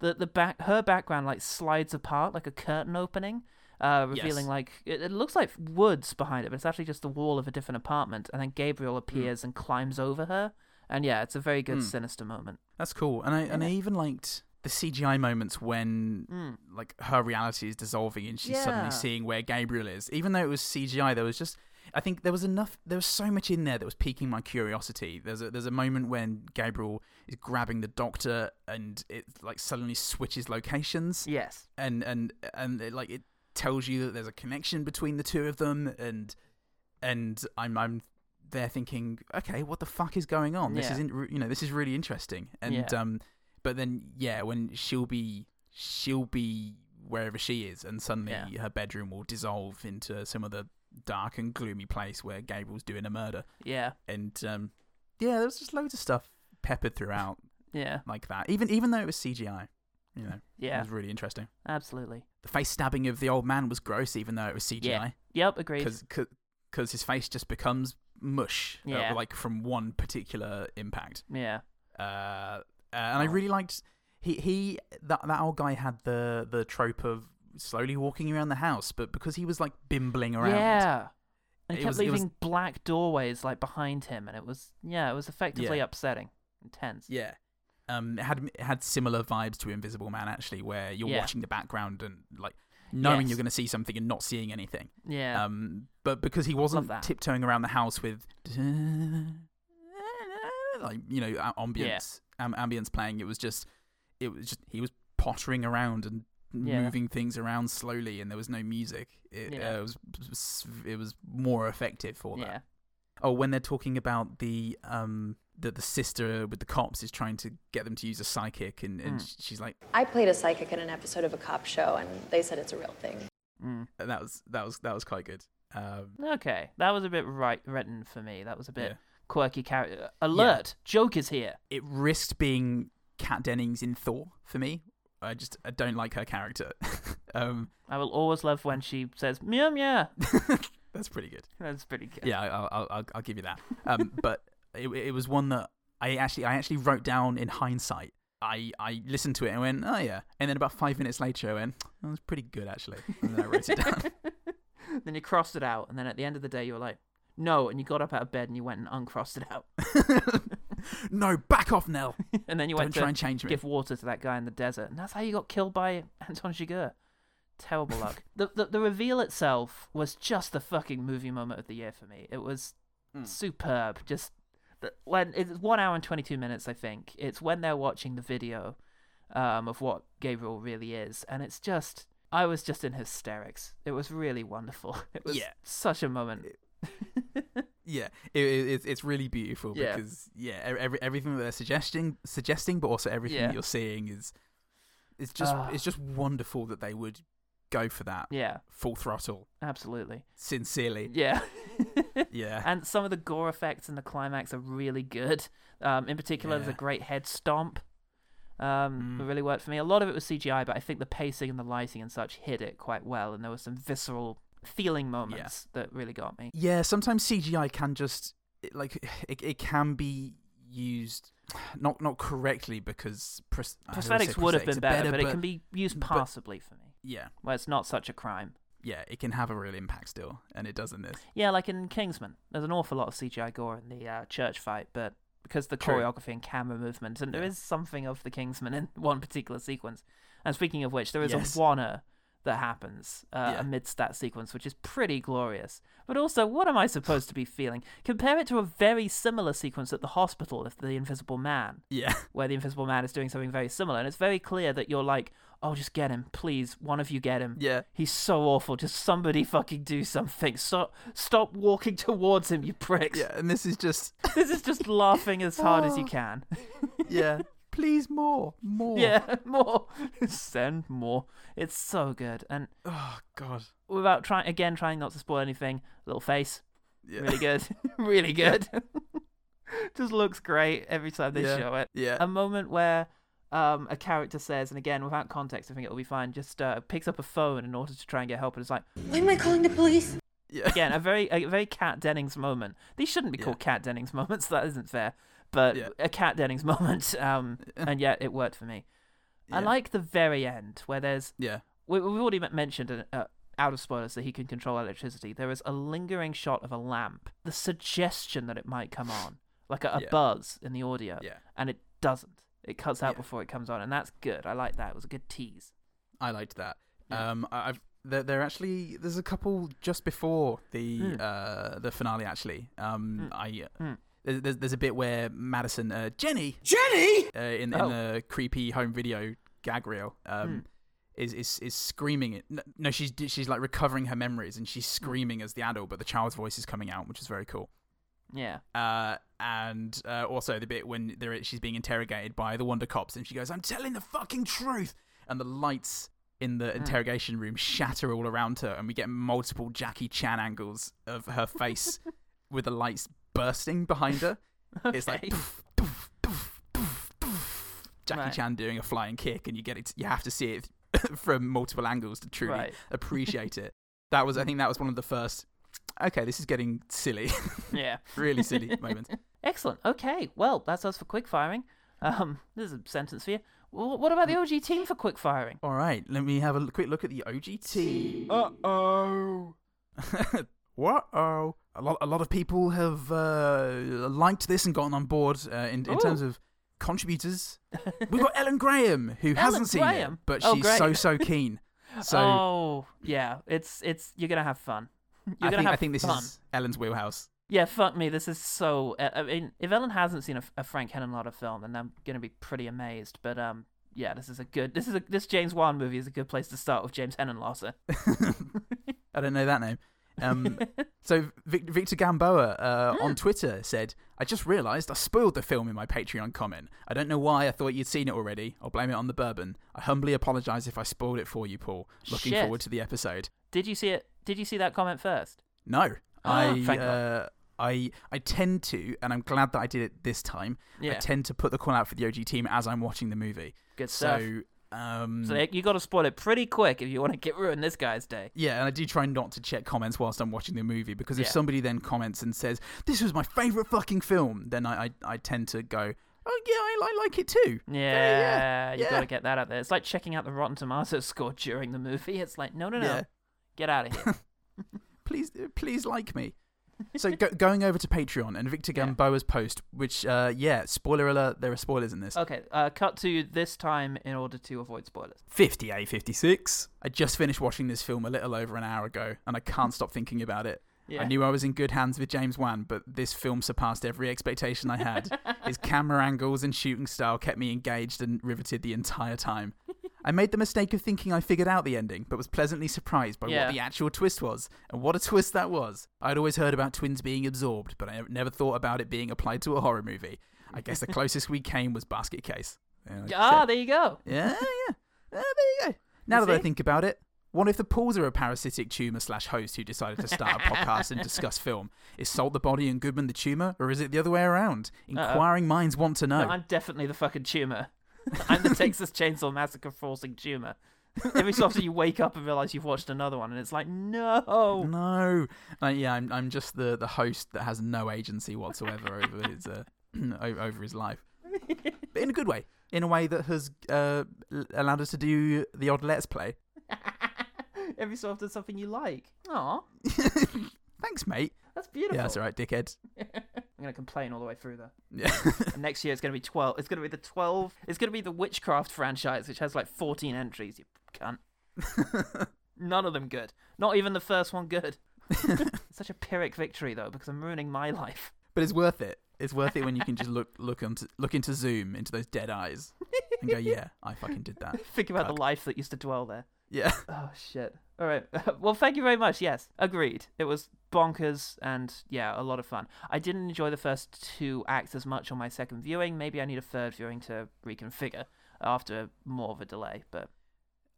[SPEAKER 1] the the back her background like slides apart like a curtain opening. Uh, revealing
[SPEAKER 2] Yes.
[SPEAKER 1] like it, it looks like woods behind it, but it's actually just the wall of a different apartment. And then Gabriel appears and climbs over her, and yeah, it's a very good sinister moment.
[SPEAKER 2] That's cool. And I and I even liked the CGI moments when like her reality is dissolving and she's
[SPEAKER 1] Yeah.
[SPEAKER 2] suddenly seeing where Gabriel is. Even though it was CGI, there was just I think there was enough there was so much in there that was piquing my curiosity. There's a there's a moment when Gabriel is grabbing the doctor and it like suddenly switches locations
[SPEAKER 1] Yes,
[SPEAKER 2] and and and it, like it tells you that there's a connection between the two of them and and I'm I'm there thinking okay what the fuck is going on this
[SPEAKER 1] Yeah.
[SPEAKER 2] is in, you know this is really interesting and
[SPEAKER 1] Yeah.
[SPEAKER 2] um but then yeah when she'll be she'll be wherever she is and suddenly
[SPEAKER 1] Yeah.
[SPEAKER 2] her bedroom will dissolve into some other dark and gloomy place where Gabriel's doing a murder
[SPEAKER 1] yeah,
[SPEAKER 2] and um yeah there's just loads of stuff peppered throughout
[SPEAKER 1] yeah,
[SPEAKER 2] like that even even though it was CGI you know it
[SPEAKER 1] yeah,
[SPEAKER 2] was really interesting
[SPEAKER 1] absolutely.
[SPEAKER 2] the face stabbing of the old man was gross, even though it was CGI,
[SPEAKER 1] Yep, agreed.
[SPEAKER 2] because his face just becomes mush, uh,
[SPEAKER 1] Yeah.
[SPEAKER 2] like from one particular impact.
[SPEAKER 1] Yeah,
[SPEAKER 2] Uh, uh, and
[SPEAKER 1] Oh.
[SPEAKER 2] I really liked he he that that old guy had the the trope of slowly walking around the house, but because he was like bimbling around,
[SPEAKER 1] yeah. And
[SPEAKER 2] It
[SPEAKER 1] he kept
[SPEAKER 2] was- it
[SPEAKER 1] leaving
[SPEAKER 2] was-
[SPEAKER 1] black doorways like behind him, and it was yeah, it was effectively
[SPEAKER 2] Yeah.
[SPEAKER 1] upsetting, intense.
[SPEAKER 2] Yeah. Um, it had it had similar vibes to Invisible Man actually, where you're
[SPEAKER 1] Yeah.
[SPEAKER 2] watching the background and like knowing
[SPEAKER 1] Yes.
[SPEAKER 2] you're going to see something and not seeing anything.
[SPEAKER 1] Yeah.
[SPEAKER 2] Um, but because he wasn't
[SPEAKER 1] that.
[SPEAKER 2] tiptoeing around the house with like you know a- ambience am- ambience playing, it was just it was just he was pottering around and
[SPEAKER 1] Yeah.
[SPEAKER 2] moving things around slowly, and there was no music. It,
[SPEAKER 1] Yeah.
[SPEAKER 2] uh, was was it was more effective for that.
[SPEAKER 1] yeah.
[SPEAKER 2] Oh, when they're talking about the um that the sister with the cops is trying to get them to use a psychic, and,
[SPEAKER 1] Mm.
[SPEAKER 2] and she's like,
[SPEAKER 5] I played a psychic in an episode of a cop show, and they said it's a real thing.
[SPEAKER 2] that was that was that was quite good. Um,
[SPEAKER 1] Okay, that was a bit right written for me. That was a bit
[SPEAKER 2] Yeah.
[SPEAKER 1] quirky character. Alert! Joke is here.
[SPEAKER 2] it risked being Kat Dennings in Thor for me. I just I don't like her character. *laughs* um,
[SPEAKER 1] I will always love when she says meow
[SPEAKER 2] *laughs*
[SPEAKER 1] meow.
[SPEAKER 2] that's pretty good.
[SPEAKER 1] That's pretty good.
[SPEAKER 2] Yeah, I- I'll I'll, I'll, I'll give you that. Um, *laughs* but it, it was one that I actually I actually wrote down in hindsight. I, I listened to it and went, oh yeah. And then about five minutes later, I went, that was pretty good actually. And then I wrote it down.
[SPEAKER 1] Then you crossed it out, and then at the end of the day, you were like, no, and you got up out of bed and you went and uncrossed it out,
[SPEAKER 2] *laughs* no, back off, Nell.
[SPEAKER 1] and then you went
[SPEAKER 2] Don't try
[SPEAKER 1] to
[SPEAKER 2] and change me.
[SPEAKER 1] give water to that guy in the desert, and that's how you got killed by Anton Chigurh. Terrible
[SPEAKER 2] *laughs*
[SPEAKER 1] luck. The, the the reveal itself was just the fucking movie moment of the year for me. It was
[SPEAKER 2] Hmm.
[SPEAKER 1] superb. Just the, when it's one hour and twenty two minutes, I think it's when they're watching the video um, of what Gabriel really is, and it's just I was just in hysterics. It was really wonderful. *laughs* It was
[SPEAKER 2] Yeah.
[SPEAKER 1] such a moment.
[SPEAKER 2] Yeah, it, it, it's- it's really beautiful
[SPEAKER 1] Yeah.
[SPEAKER 2] because yeah, e- every, everything that they're suggesting, suggesting, but also everything
[SPEAKER 1] Yeah.
[SPEAKER 2] that you're seeing is it's just
[SPEAKER 1] Ah.
[SPEAKER 2] it's just wonderful that they would go for that
[SPEAKER 1] Yeah,
[SPEAKER 2] full throttle,
[SPEAKER 1] absolutely.
[SPEAKER 2] sincerely. *laughs*
[SPEAKER 1] Yeah.
[SPEAKER 2] Yeah,
[SPEAKER 1] And some of the gore effects in the climax are really good. Um, in particular, there's a
[SPEAKER 2] Yeah. Mm.
[SPEAKER 1] great head stomp. Um, That really worked for me. A lot of it was CGI, but I think the pacing and the lighting and such hid it quite well. And there were some visceral feeling moments that really got me.
[SPEAKER 2] yeah. Sometimes CGI can just it, like *sighs* it, it can be used *sighs* not not correctly because pros- I don't wanna say
[SPEAKER 1] Prosthetics would have
[SPEAKER 2] prosthetics
[SPEAKER 1] been
[SPEAKER 2] are
[SPEAKER 1] better, but, it can be used
[SPEAKER 2] but-
[SPEAKER 1] passably for me,
[SPEAKER 2] yeah
[SPEAKER 1] where it's not such a crime.
[SPEAKER 2] yeah it can have a real impact still, and it does in this.
[SPEAKER 1] Yeah, like in Kingsman, there's an awful lot of CGI gore in the uh, church fight, but because the
[SPEAKER 2] True.
[SPEAKER 1] choreography and camera movement, and there
[SPEAKER 2] Yeah.
[SPEAKER 1] is something of the Kingsman in *laughs* one particular sequence. And speaking of which, there is
[SPEAKER 2] Yes.
[SPEAKER 1] a wanna that happens uh,
[SPEAKER 2] Yeah.
[SPEAKER 1] amidst that sequence, which is pretty glorious. But also, what am I supposed to be feeling? Compare it to a very similar sequence at the hospital of the Invisible Man
[SPEAKER 2] Yeah,
[SPEAKER 1] *laughs* where the Invisible Man is doing something very similar, and it's very clear that you're like, oh, just get him, please. One of you get him.
[SPEAKER 2] Yeah.
[SPEAKER 1] He's so awful. Just somebody fucking do something. Stop, stop walking *laughs* towards him, you pricks.
[SPEAKER 2] Yeah, and this is just
[SPEAKER 1] *laughs* This is just laughing as hard
[SPEAKER 2] *laughs*
[SPEAKER 1] as you can.
[SPEAKER 2] Oh. yeah. Please more,
[SPEAKER 1] *laughs*
[SPEAKER 2] more.
[SPEAKER 1] Yeah, more. *laughs* Send more. It's so good. And
[SPEAKER 2] Oh God.
[SPEAKER 1] without trying, again, trying not to spoil anything, little face.
[SPEAKER 2] Yeah.
[SPEAKER 1] Really good. *laughs* really
[SPEAKER 2] *laughs*
[SPEAKER 1] good. Just looks great every time they
[SPEAKER 2] Yeah.
[SPEAKER 1] show it.
[SPEAKER 2] Yeah.
[SPEAKER 1] A moment where um, a character says, and again, without context, I think it'll be fine, just uh, picks up a phone in order to try and get help. And it's
[SPEAKER 2] *laughs*
[SPEAKER 1] like,
[SPEAKER 9] Why am I calling the police?
[SPEAKER 2] Yeah.
[SPEAKER 1] again, a very a very Cat Dennings moment. These shouldn't be called Cat Dennings moments. *laughs* That isn't fair. But
[SPEAKER 2] Yeah.
[SPEAKER 1] a Cat Dennings moment.
[SPEAKER 2] *laughs*
[SPEAKER 1] Um, and yet it worked for me. I
[SPEAKER 2] Yeah.
[SPEAKER 1] like the very end where there's
[SPEAKER 2] Yeah.
[SPEAKER 1] we, we've already m- mentioned uh, uh, out of spoilers that he can control electricity. There is a lingering shot of a lamp, the suggestion that it might come on, like a, a
[SPEAKER 2] Yeah.
[SPEAKER 1] buzz in the audio,
[SPEAKER 2] Yeah.
[SPEAKER 1] and it doesn't. It cuts out
[SPEAKER 2] Yeah.
[SPEAKER 1] before it comes on, and that's good. I like that. It was a good tease.
[SPEAKER 2] I liked that.
[SPEAKER 1] Yeah.
[SPEAKER 2] Um, I- I've there, there actually there's a couple just before the
[SPEAKER 1] Mm.
[SPEAKER 2] uh the finale actually.
[SPEAKER 1] Mm.
[SPEAKER 2] Um, I uh,
[SPEAKER 1] Mm.
[SPEAKER 2] there's, there's there's a bit where Madison uh Jenny
[SPEAKER 6] Jenny!
[SPEAKER 2] uh, in
[SPEAKER 1] Oh. Hmm.
[SPEAKER 2] in the creepy home video gag reel um. Is, is is screaming it? no- No, she's she's like recovering her memories, and she's
[SPEAKER 1] Hmm.
[SPEAKER 2] screaming as the adult, but the child's voice is coming out, which is very cool.
[SPEAKER 1] Yeah. *laughs*
[SPEAKER 2] Uh, and uh, also the bit when they're, she's being interrogated by the Wonder Cops, and she goes, "I'm telling the fucking truth," and the lights in
[SPEAKER 1] Hmm.
[SPEAKER 2] the interrogation room shatter all around her, and we get multiple Jackie Chan angles of her
[SPEAKER 1] *laughs*
[SPEAKER 2] face with the lights bursting behind her. It's like *laughs*
[SPEAKER 1] Okay.
[SPEAKER 2] poof, poof, poof, poof, poof. Jackie
[SPEAKER 1] Right.
[SPEAKER 2] Chan doing a flying kick, and you get it. You have to see it *laughs* from multiple angles to truly
[SPEAKER 1] Right.
[SPEAKER 2] appreciate it. That
[SPEAKER 1] *laughs*
[SPEAKER 2] was, I think, that was one of the first. Okay, this is getting silly. *laughs*
[SPEAKER 1] Yeah.
[SPEAKER 2] really
[SPEAKER 1] *laughs*
[SPEAKER 2] silly moment.
[SPEAKER 1] Excellent. Okay. Well, that's us for quick firing. Um, *laughs* this is a sentence for you. Wh- What about the OG team for quick firing?
[SPEAKER 2] All right, let me have a l- quick look at the OGT. Uh *laughs* oh. what oh? A lot, a lot of people have uh, liked this and gotten on board uh, in, in terms
[SPEAKER 1] Ooh.
[SPEAKER 2] of contributors. We've got Ellen Graham, who hasn't seen
[SPEAKER 1] Graham?
[SPEAKER 2] it, but
[SPEAKER 1] Oh,
[SPEAKER 2] she's
[SPEAKER 1] great.
[SPEAKER 2] so, so
[SPEAKER 1] *laughs*
[SPEAKER 2] keen. So
[SPEAKER 1] oh, yeah. It's it's you're gonna have fun. *laughs* You're
[SPEAKER 2] I,
[SPEAKER 1] gonna
[SPEAKER 2] think,
[SPEAKER 1] have
[SPEAKER 2] I think this
[SPEAKER 1] fun.
[SPEAKER 2] is Ellen's wheelhouse.
[SPEAKER 1] Yeah, fuck me. This is so. Uh, I mean, if Ellen hasn't seen a, a Frank Henenlotter film, then I'm gonna be pretty amazed. But um, yeah, this is a good. This is a this James Wan movie is a good place to start with James
[SPEAKER 2] *laughs*
[SPEAKER 1] Henenlotter.
[SPEAKER 2] I don't know that name.
[SPEAKER 1] *laughs*
[SPEAKER 2] Um, so Vic- Victor Gamboa uh,
[SPEAKER 1] Ah.
[SPEAKER 2] on Twitter said, "I just realised I spoiled the film in my Patreon comment. I don't know why. I thought you'd seen it already. I'll blame it on the bourbon. I humbly apologise if I spoiled it for you, Paul. Looking
[SPEAKER 1] Shit.
[SPEAKER 2] forward to the episode.
[SPEAKER 1] Did you see it? Did you see that comment first?
[SPEAKER 2] No,
[SPEAKER 1] Ah,
[SPEAKER 2] I,
[SPEAKER 1] thank God.
[SPEAKER 2] uh, I, I tend to, and I'm glad that I did it this time. I
[SPEAKER 1] Yeah.
[SPEAKER 2] tend to put the call out for the OG team as I'm watching the movie.
[SPEAKER 1] Good stuff.
[SPEAKER 2] so, um,
[SPEAKER 1] So you got to spoil it pretty quick if you want to get ruin this guy's day.
[SPEAKER 2] Yeah, and I do try not to check comments whilst I'm watching the movie because if
[SPEAKER 1] Yeah.
[SPEAKER 2] somebody then comments and says, This was my favourite fucking film, then I, I, I tend to go, Oh, yeah, I, I like it too.
[SPEAKER 1] Yeah, you
[SPEAKER 2] yeah.
[SPEAKER 1] got to get that out there. It's like checking out the Rotten Tomatoes *laughs* score during the movie. It's like, no, no, no,
[SPEAKER 2] Yeah.
[SPEAKER 1] get out of
[SPEAKER 2] *laughs*
[SPEAKER 1] here.
[SPEAKER 2] Please, please like
[SPEAKER 1] *laughs*
[SPEAKER 2] me. So go, going over to Patreon and Victor Gamboa's post, which, uh, yeah, spoiler alert, there are spoilers in this.
[SPEAKER 1] okay, uh, cut to this time in order to avoid spoilers.
[SPEAKER 2] 58, 56. I just finished watching this film a little over an hour ago, and I can't stop thinking about it.
[SPEAKER 1] Yeah.
[SPEAKER 2] I knew I was in good hands with James Wan, but this film surpassed every expectation I
[SPEAKER 1] *laughs*
[SPEAKER 2] had. His camera angles and shooting style kept me engaged and riveted the entire time. I made the mistake of thinking I figured out the ending, but was pleasantly surprised by
[SPEAKER 1] Yeah.
[SPEAKER 2] what the actual twist was. And what a twist that was! I'd always heard about twins being absorbed, but I never thought about it being applied to a horror movie. I
[SPEAKER 1] *laughs*
[SPEAKER 2] guess the closest we came was Basket Case. Yeah, like I
[SPEAKER 1] Ah,
[SPEAKER 2] said.
[SPEAKER 1] there you go.
[SPEAKER 2] Yeah, yeah. Ah, there you go. Now that I
[SPEAKER 1] see?
[SPEAKER 2] think about it, what if the pools are a parasitic tumor slash host who decided to start a podcast and discuss film? Is Salt the body and Goodman the tumor, or is it the other way around? Inquiring minds want to know.
[SPEAKER 1] I'm definitely the fucking tumor. *laughs* I'm the Texas Chainsaw Massacre forcing tumor. Every so often you wake up and realize you've watched another one, and it's like,
[SPEAKER 2] *laughs*
[SPEAKER 1] no.
[SPEAKER 2] no, Like, yeah, I'm, I'm just the, the host that has no agency whatsoever over his uh, *clears throat* o- over his life, but in a good way, in a way that has uh, l- allowed us to do the odd let's play.
[SPEAKER 1] Every so often something you like. Aw,
[SPEAKER 2] Thanks, mate.
[SPEAKER 1] that's beautiful.
[SPEAKER 2] Yeah, that's all right, dickhead.
[SPEAKER 1] I'm gonna complain all the way through though.
[SPEAKER 2] Yeah.
[SPEAKER 1] And next year it's gonna be twelve. It's gonna be the twelve. It's gonna be the witchcraft franchise, which has like fourteen entries. You cunt. None of them good. Not even the first one good. Such a pyrrhic victory though, because I'm ruining my life. *laughs*
[SPEAKER 2] But it's worth it. It's worth it when you can just look look onto look into Zoom into those dead eyes. and go, yeah, I fucking did that.
[SPEAKER 1] Think about the
[SPEAKER 2] Fuck.
[SPEAKER 1] life that used to dwell there. *laughs*
[SPEAKER 2] Yeah.
[SPEAKER 1] Oh shit. All right. *laughs* well, thank you very much. Yes, agreed. It was bonkers and yeah, a lot of fun. I didn't enjoy the first two acts as much on my second viewing. Maybe I need a third viewing to reconfigure after more of a delay, but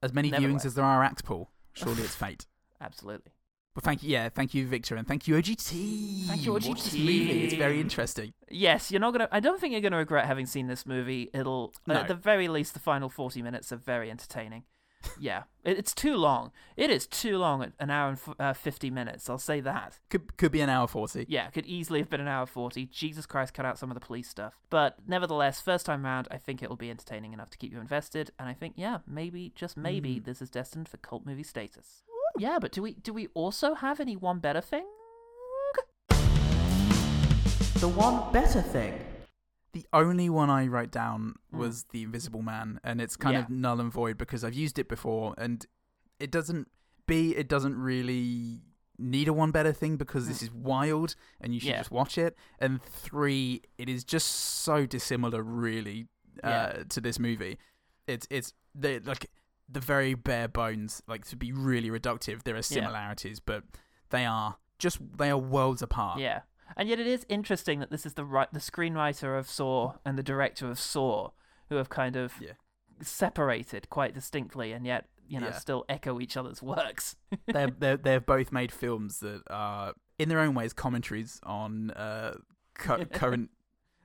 [SPEAKER 2] As many
[SPEAKER 1] Never
[SPEAKER 2] viewings
[SPEAKER 1] worked.
[SPEAKER 2] as there are acts, Paul. Surely it's fate.
[SPEAKER 1] absolutely.
[SPEAKER 2] But thank you, yeah, thank you, Victor, and thank you, OGT.
[SPEAKER 1] Thank you,
[SPEAKER 2] Watch this
[SPEAKER 1] OGT.
[SPEAKER 2] movie. It's very interesting.
[SPEAKER 1] Yes, you're not gonna. I don't think you're gonna regret having seen this movie. It'll,
[SPEAKER 2] No.
[SPEAKER 1] at the very least, the final forty minutes are very entertaining. yeah, It- it's too long. It is too long. at An hour and f- uh, fifty minutes. I'll say that.
[SPEAKER 2] Could could be an hour forty.
[SPEAKER 1] Yeah, it could easily have been an hour forty. Jesus Christ, cut out some of the police stuff. But nevertheless, first time round, I think it'll be entertaining enough to keep you invested. And I think, yeah, maybe just maybe this is destined for cult movie status. Yeah, but do we do we also have any one better thing? The one better thing. Mm.
[SPEAKER 2] The only one I wrote down was the Invisible Man, and it's kind
[SPEAKER 1] Yeah.
[SPEAKER 2] of null and void because I've used it before, and it doesn't. B, it doesn't really need a one better thing because this is wild, and you should
[SPEAKER 1] Mm. Yeah.
[SPEAKER 2] just watch it. And three, it is just so dissimilar, really, uh,
[SPEAKER 1] Yeah.
[SPEAKER 2] to this movie. It's it's the like the very bare bones. Like to be really reductive, there are similarities, but they are just they are worlds apart.
[SPEAKER 1] Yeah, and yet it is interesting that this is the ri- the screenwriter of Saw and the director of Saw who have kind of
[SPEAKER 2] Yeah.
[SPEAKER 1] separated quite distinctly, and yet you know
[SPEAKER 2] Yeah.
[SPEAKER 1] still echo each other's works. *laughs*
[SPEAKER 2] they're, they're they've both made films that are in their own ways commentaries on uh,
[SPEAKER 1] *laughs*
[SPEAKER 2] cu- current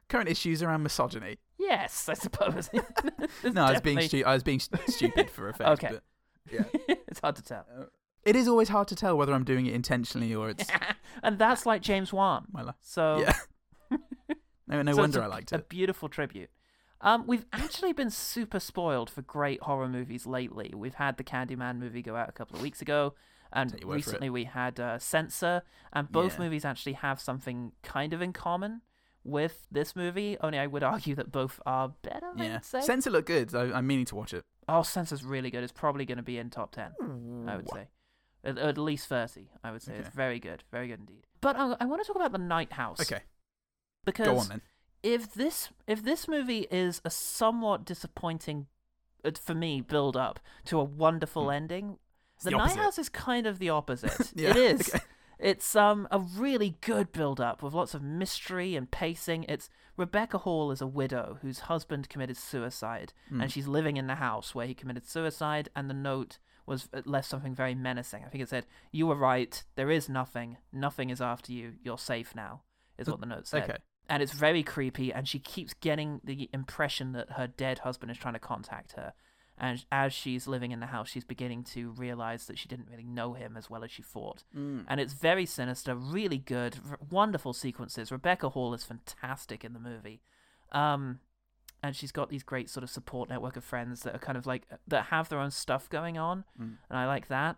[SPEAKER 2] current issues around misogyny.
[SPEAKER 1] Yes, I suppose. *laughs* There's
[SPEAKER 2] No, I was being
[SPEAKER 1] definitely-
[SPEAKER 2] stu- I was being st- stupid for effect.
[SPEAKER 1] Okay.
[SPEAKER 2] but
[SPEAKER 1] *laughs* it's hard to tell.
[SPEAKER 2] uh, it is always hard to tell whether I'm doing it intentionally or
[SPEAKER 1] *laughs*
[SPEAKER 2] it's
[SPEAKER 1] And that's like James Wan.
[SPEAKER 2] my life.
[SPEAKER 1] So
[SPEAKER 2] Yeah. No, no
[SPEAKER 1] Oh. so it's
[SPEAKER 2] wonder
[SPEAKER 1] a-
[SPEAKER 2] I liked
[SPEAKER 1] A
[SPEAKER 2] it.
[SPEAKER 1] beautiful tribute. Um, we've actually been super spoiled for great horror movies lately. We've had the Candyman movie go out a couple of weeks ago, and
[SPEAKER 2] Take your word for it.
[SPEAKER 1] recently we had uh, Censor, and both
[SPEAKER 2] Yeah.
[SPEAKER 1] movies actually have something kind of in common with this movie. Only I would argue that both are better.
[SPEAKER 2] Yeah,
[SPEAKER 1] I'd say.
[SPEAKER 2] Censor looked good. I, I'm meaning to watch it.
[SPEAKER 1] Oh, Censor's really good. It's probably going to be in top 10, I would say. At, at least 30, I would say. It's
[SPEAKER 2] Okay.
[SPEAKER 1] very good. Very good indeed. But I, I want to talk about The Night House.
[SPEAKER 2] Okay,
[SPEAKER 1] Because
[SPEAKER 2] go on then.
[SPEAKER 1] if this if this movie is a somewhat disappointing uh, for me build up to a wonderful ending, the,
[SPEAKER 2] Hmm. the
[SPEAKER 1] Night
[SPEAKER 2] opposite.
[SPEAKER 1] House is kind of the opposite.
[SPEAKER 2] *laughs* Yeah,
[SPEAKER 1] It is.
[SPEAKER 2] okay.
[SPEAKER 1] It's um a really good build up with lots of mystery and pacing. It's Rebecca Hall is a widow whose husband committed suicide,
[SPEAKER 2] Hmm.
[SPEAKER 1] and she's living in the house where he committed suicide. And the note was it left something very menacing. I think it said, "You were right. There is nothing. Nothing is after you. You're safe now." Is what the note said
[SPEAKER 2] Okay.
[SPEAKER 1] and it's very creepy and she keeps getting the impression that her dead husband is trying to contact her and as she's living in the house she's beginning to realize that she didn't really know him as well as she thought and it's very sinister really good r- wonderful sequences rebecca hall is fantastic in the movie um and she's got these great sort of support network of friends that are kind of like uh, that have their own stuff going on and i like that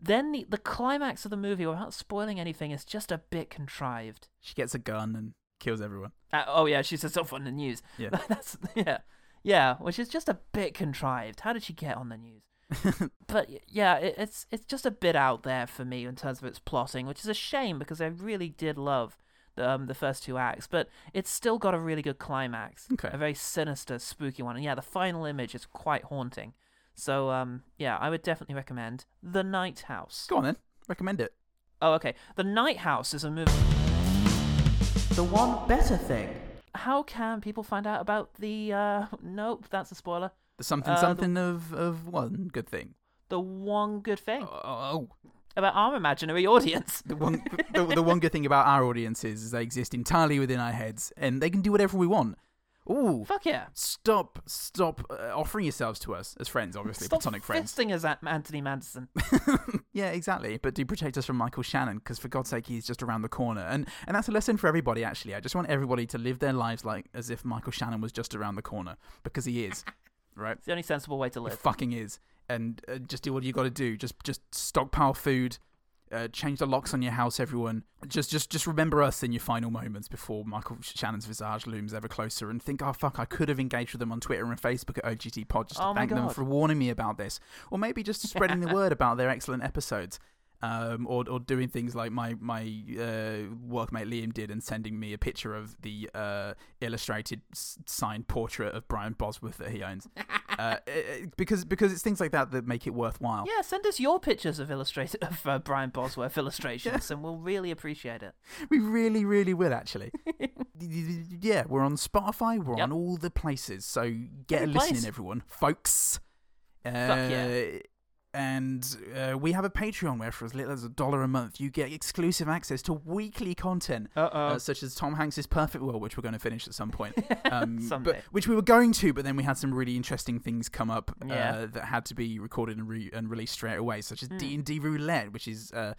[SPEAKER 1] then the, the climax of the movie without spoiling anything is just a bit contrived
[SPEAKER 2] She gets a gun and kills everyone.
[SPEAKER 1] uh, oh yeah, she says stuff on the news.
[SPEAKER 2] Yeah.
[SPEAKER 1] *laughs* that's yeah, yeah, which is just a bit contrived. How did she get on the
[SPEAKER 2] *laughs*
[SPEAKER 1] news? but y- yeah, it, it's it's just a bit out there for me in terms of its plotting, which is a shame because I really did love the, um, the first two acts, but it's still got a really good climax,
[SPEAKER 2] Okay.
[SPEAKER 1] a very sinister, spooky one, and yeah, the final image is quite haunting. So um, yeah, I would definitely recommend The Night House.
[SPEAKER 2] Go on then. Recommend it.
[SPEAKER 1] Oh, okay. The Night House is a movie. The one better thing. How can people find out about the? uh Nope, that's a spoiler.
[SPEAKER 2] The something
[SPEAKER 1] Uh, the-
[SPEAKER 2] something of of one good thing.
[SPEAKER 1] The one good thing
[SPEAKER 2] Oh, oh,
[SPEAKER 1] about our imaginary audience. *laughs*
[SPEAKER 2] The one, the, the one good thing about our audience is, is they exist entirely within our heads, and they can do whatever we want. Ooh,
[SPEAKER 1] Fuck yeah!
[SPEAKER 2] stop, stop uh, offering yourselves to us as friends, obviously,
[SPEAKER 1] Stop
[SPEAKER 2] platonic friends.
[SPEAKER 1] fisting us at Anthony Manderson.
[SPEAKER 2] yeah, exactly. But do protect us from Michael Shannon, because for God's sake, he's just around the corner, and and that's a lesson for everybody. Actually, I just want everybody to live their lives like as if Michael Shannon was just around the corner, because he is, right?
[SPEAKER 1] It's the only sensible way to
[SPEAKER 2] He
[SPEAKER 1] live.
[SPEAKER 2] fucking is. And uh, just do what you got to do. Just just stockpile food. Uh, change the locks on your house, everyone. Just just just remember us in your final moments before Michael Shannon's visage looms ever closer, and think, oh fuck, I could have engaged with them on Twitter and Facebook at OGT Pod just to
[SPEAKER 1] Oh my
[SPEAKER 2] thank them
[SPEAKER 1] God. *laughs*
[SPEAKER 2] for warning me about this, or maybe just spreading the word about their excellent episodes. um, or or doing things like my my uh, workmate Liam did and sending me a picture of the uh, illustrated s- signed portrait of Brian Bosworth that he
[SPEAKER 1] *laughs*
[SPEAKER 2] owns. uh, it- it- because because it's things like that that make it worthwhile.
[SPEAKER 1] Yeah, send us your pictures of illustrated of uh, Brian Bosworth illustrations, and we'll really appreciate it.
[SPEAKER 2] We really, really will
[SPEAKER 1] *laughs*
[SPEAKER 2] actually. yeah, we're on Spotify. We're
[SPEAKER 1] Yep.
[SPEAKER 2] on all the places. So get
[SPEAKER 1] Every
[SPEAKER 2] a listen
[SPEAKER 1] place.
[SPEAKER 2] in, everyone, folks. Uh,
[SPEAKER 1] yeah.
[SPEAKER 2] And uh, we have a Patreon where, for as little as a dollar a month, you get exclusive access to weekly content, uh such as Tom Hanks's Perfect World, which we're going to finish at
[SPEAKER 1] *laughs*
[SPEAKER 2] some point. Um,
[SPEAKER 1] Someday.
[SPEAKER 2] But, which we were going to, but then we had some really interesting things come up
[SPEAKER 1] Yeah. Hmm.
[SPEAKER 2] uh, that had to be recorded and, re- and released straight away, such as D and D Roulette, which is uh,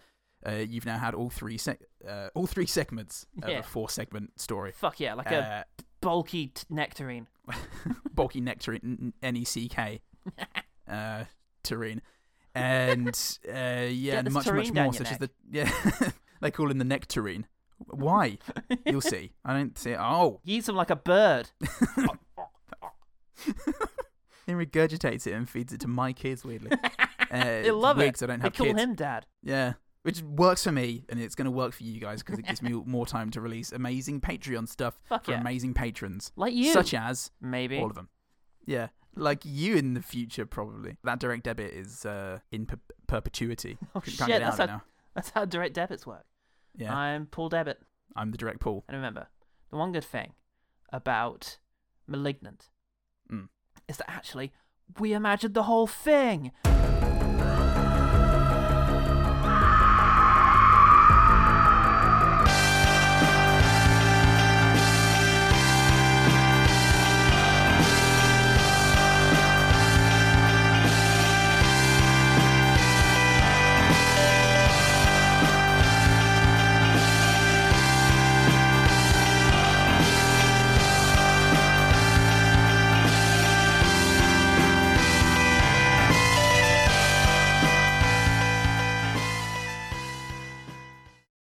[SPEAKER 2] uh, you've now had all three sec- uh, all three segments of
[SPEAKER 1] Yeah.
[SPEAKER 2] a four segment story.
[SPEAKER 1] Fuck yeah, like a
[SPEAKER 2] Uh,
[SPEAKER 1] bulky t- nectarine.
[SPEAKER 2] *laughs* bulky nectarine, N E
[SPEAKER 1] *laughs*
[SPEAKER 2] C K, uh, terrain, and uh, yeah, and
[SPEAKER 1] this
[SPEAKER 2] much
[SPEAKER 1] terrine
[SPEAKER 2] much
[SPEAKER 1] down
[SPEAKER 2] more,
[SPEAKER 1] your
[SPEAKER 2] such as the yeah, *laughs* they call him the nectarine. Why? You'll see. I don't see. Oh, *laughs*
[SPEAKER 1] He eats them like a bird.
[SPEAKER 2] Uh, he regurgitates it and feeds it to my
[SPEAKER 1] *laughs*
[SPEAKER 2] kids. Weirdly, uh,
[SPEAKER 1] They love
[SPEAKER 2] weird
[SPEAKER 1] it.
[SPEAKER 2] 'cause I don't
[SPEAKER 1] they
[SPEAKER 2] have
[SPEAKER 1] call
[SPEAKER 2] kids.
[SPEAKER 1] him dad.
[SPEAKER 2] Yeah. Which works for me, and it's going to work for you guys because it
[SPEAKER 1] *laughs*
[SPEAKER 2] gives me more time to release amazing Patreon stuff
[SPEAKER 1] Fuck
[SPEAKER 2] for
[SPEAKER 1] yeah.
[SPEAKER 2] amazing patrons.
[SPEAKER 1] Like you.
[SPEAKER 2] Such as
[SPEAKER 1] Maybe.
[SPEAKER 2] all of them. Yeah. Like you in the future, probably. That direct debit is uh, in per- perpetuity.
[SPEAKER 1] Oh
[SPEAKER 2] Can't
[SPEAKER 1] shit,
[SPEAKER 2] get
[SPEAKER 1] that's
[SPEAKER 2] out of it
[SPEAKER 1] how,
[SPEAKER 2] now.
[SPEAKER 1] that's how direct debits work.
[SPEAKER 2] Yeah.
[SPEAKER 1] I'm Paul Debit.
[SPEAKER 2] I'm the direct Paul.
[SPEAKER 1] And remember, the one good thing about Malignant
[SPEAKER 2] Mm.
[SPEAKER 1] is that actually we imagined the whole thing.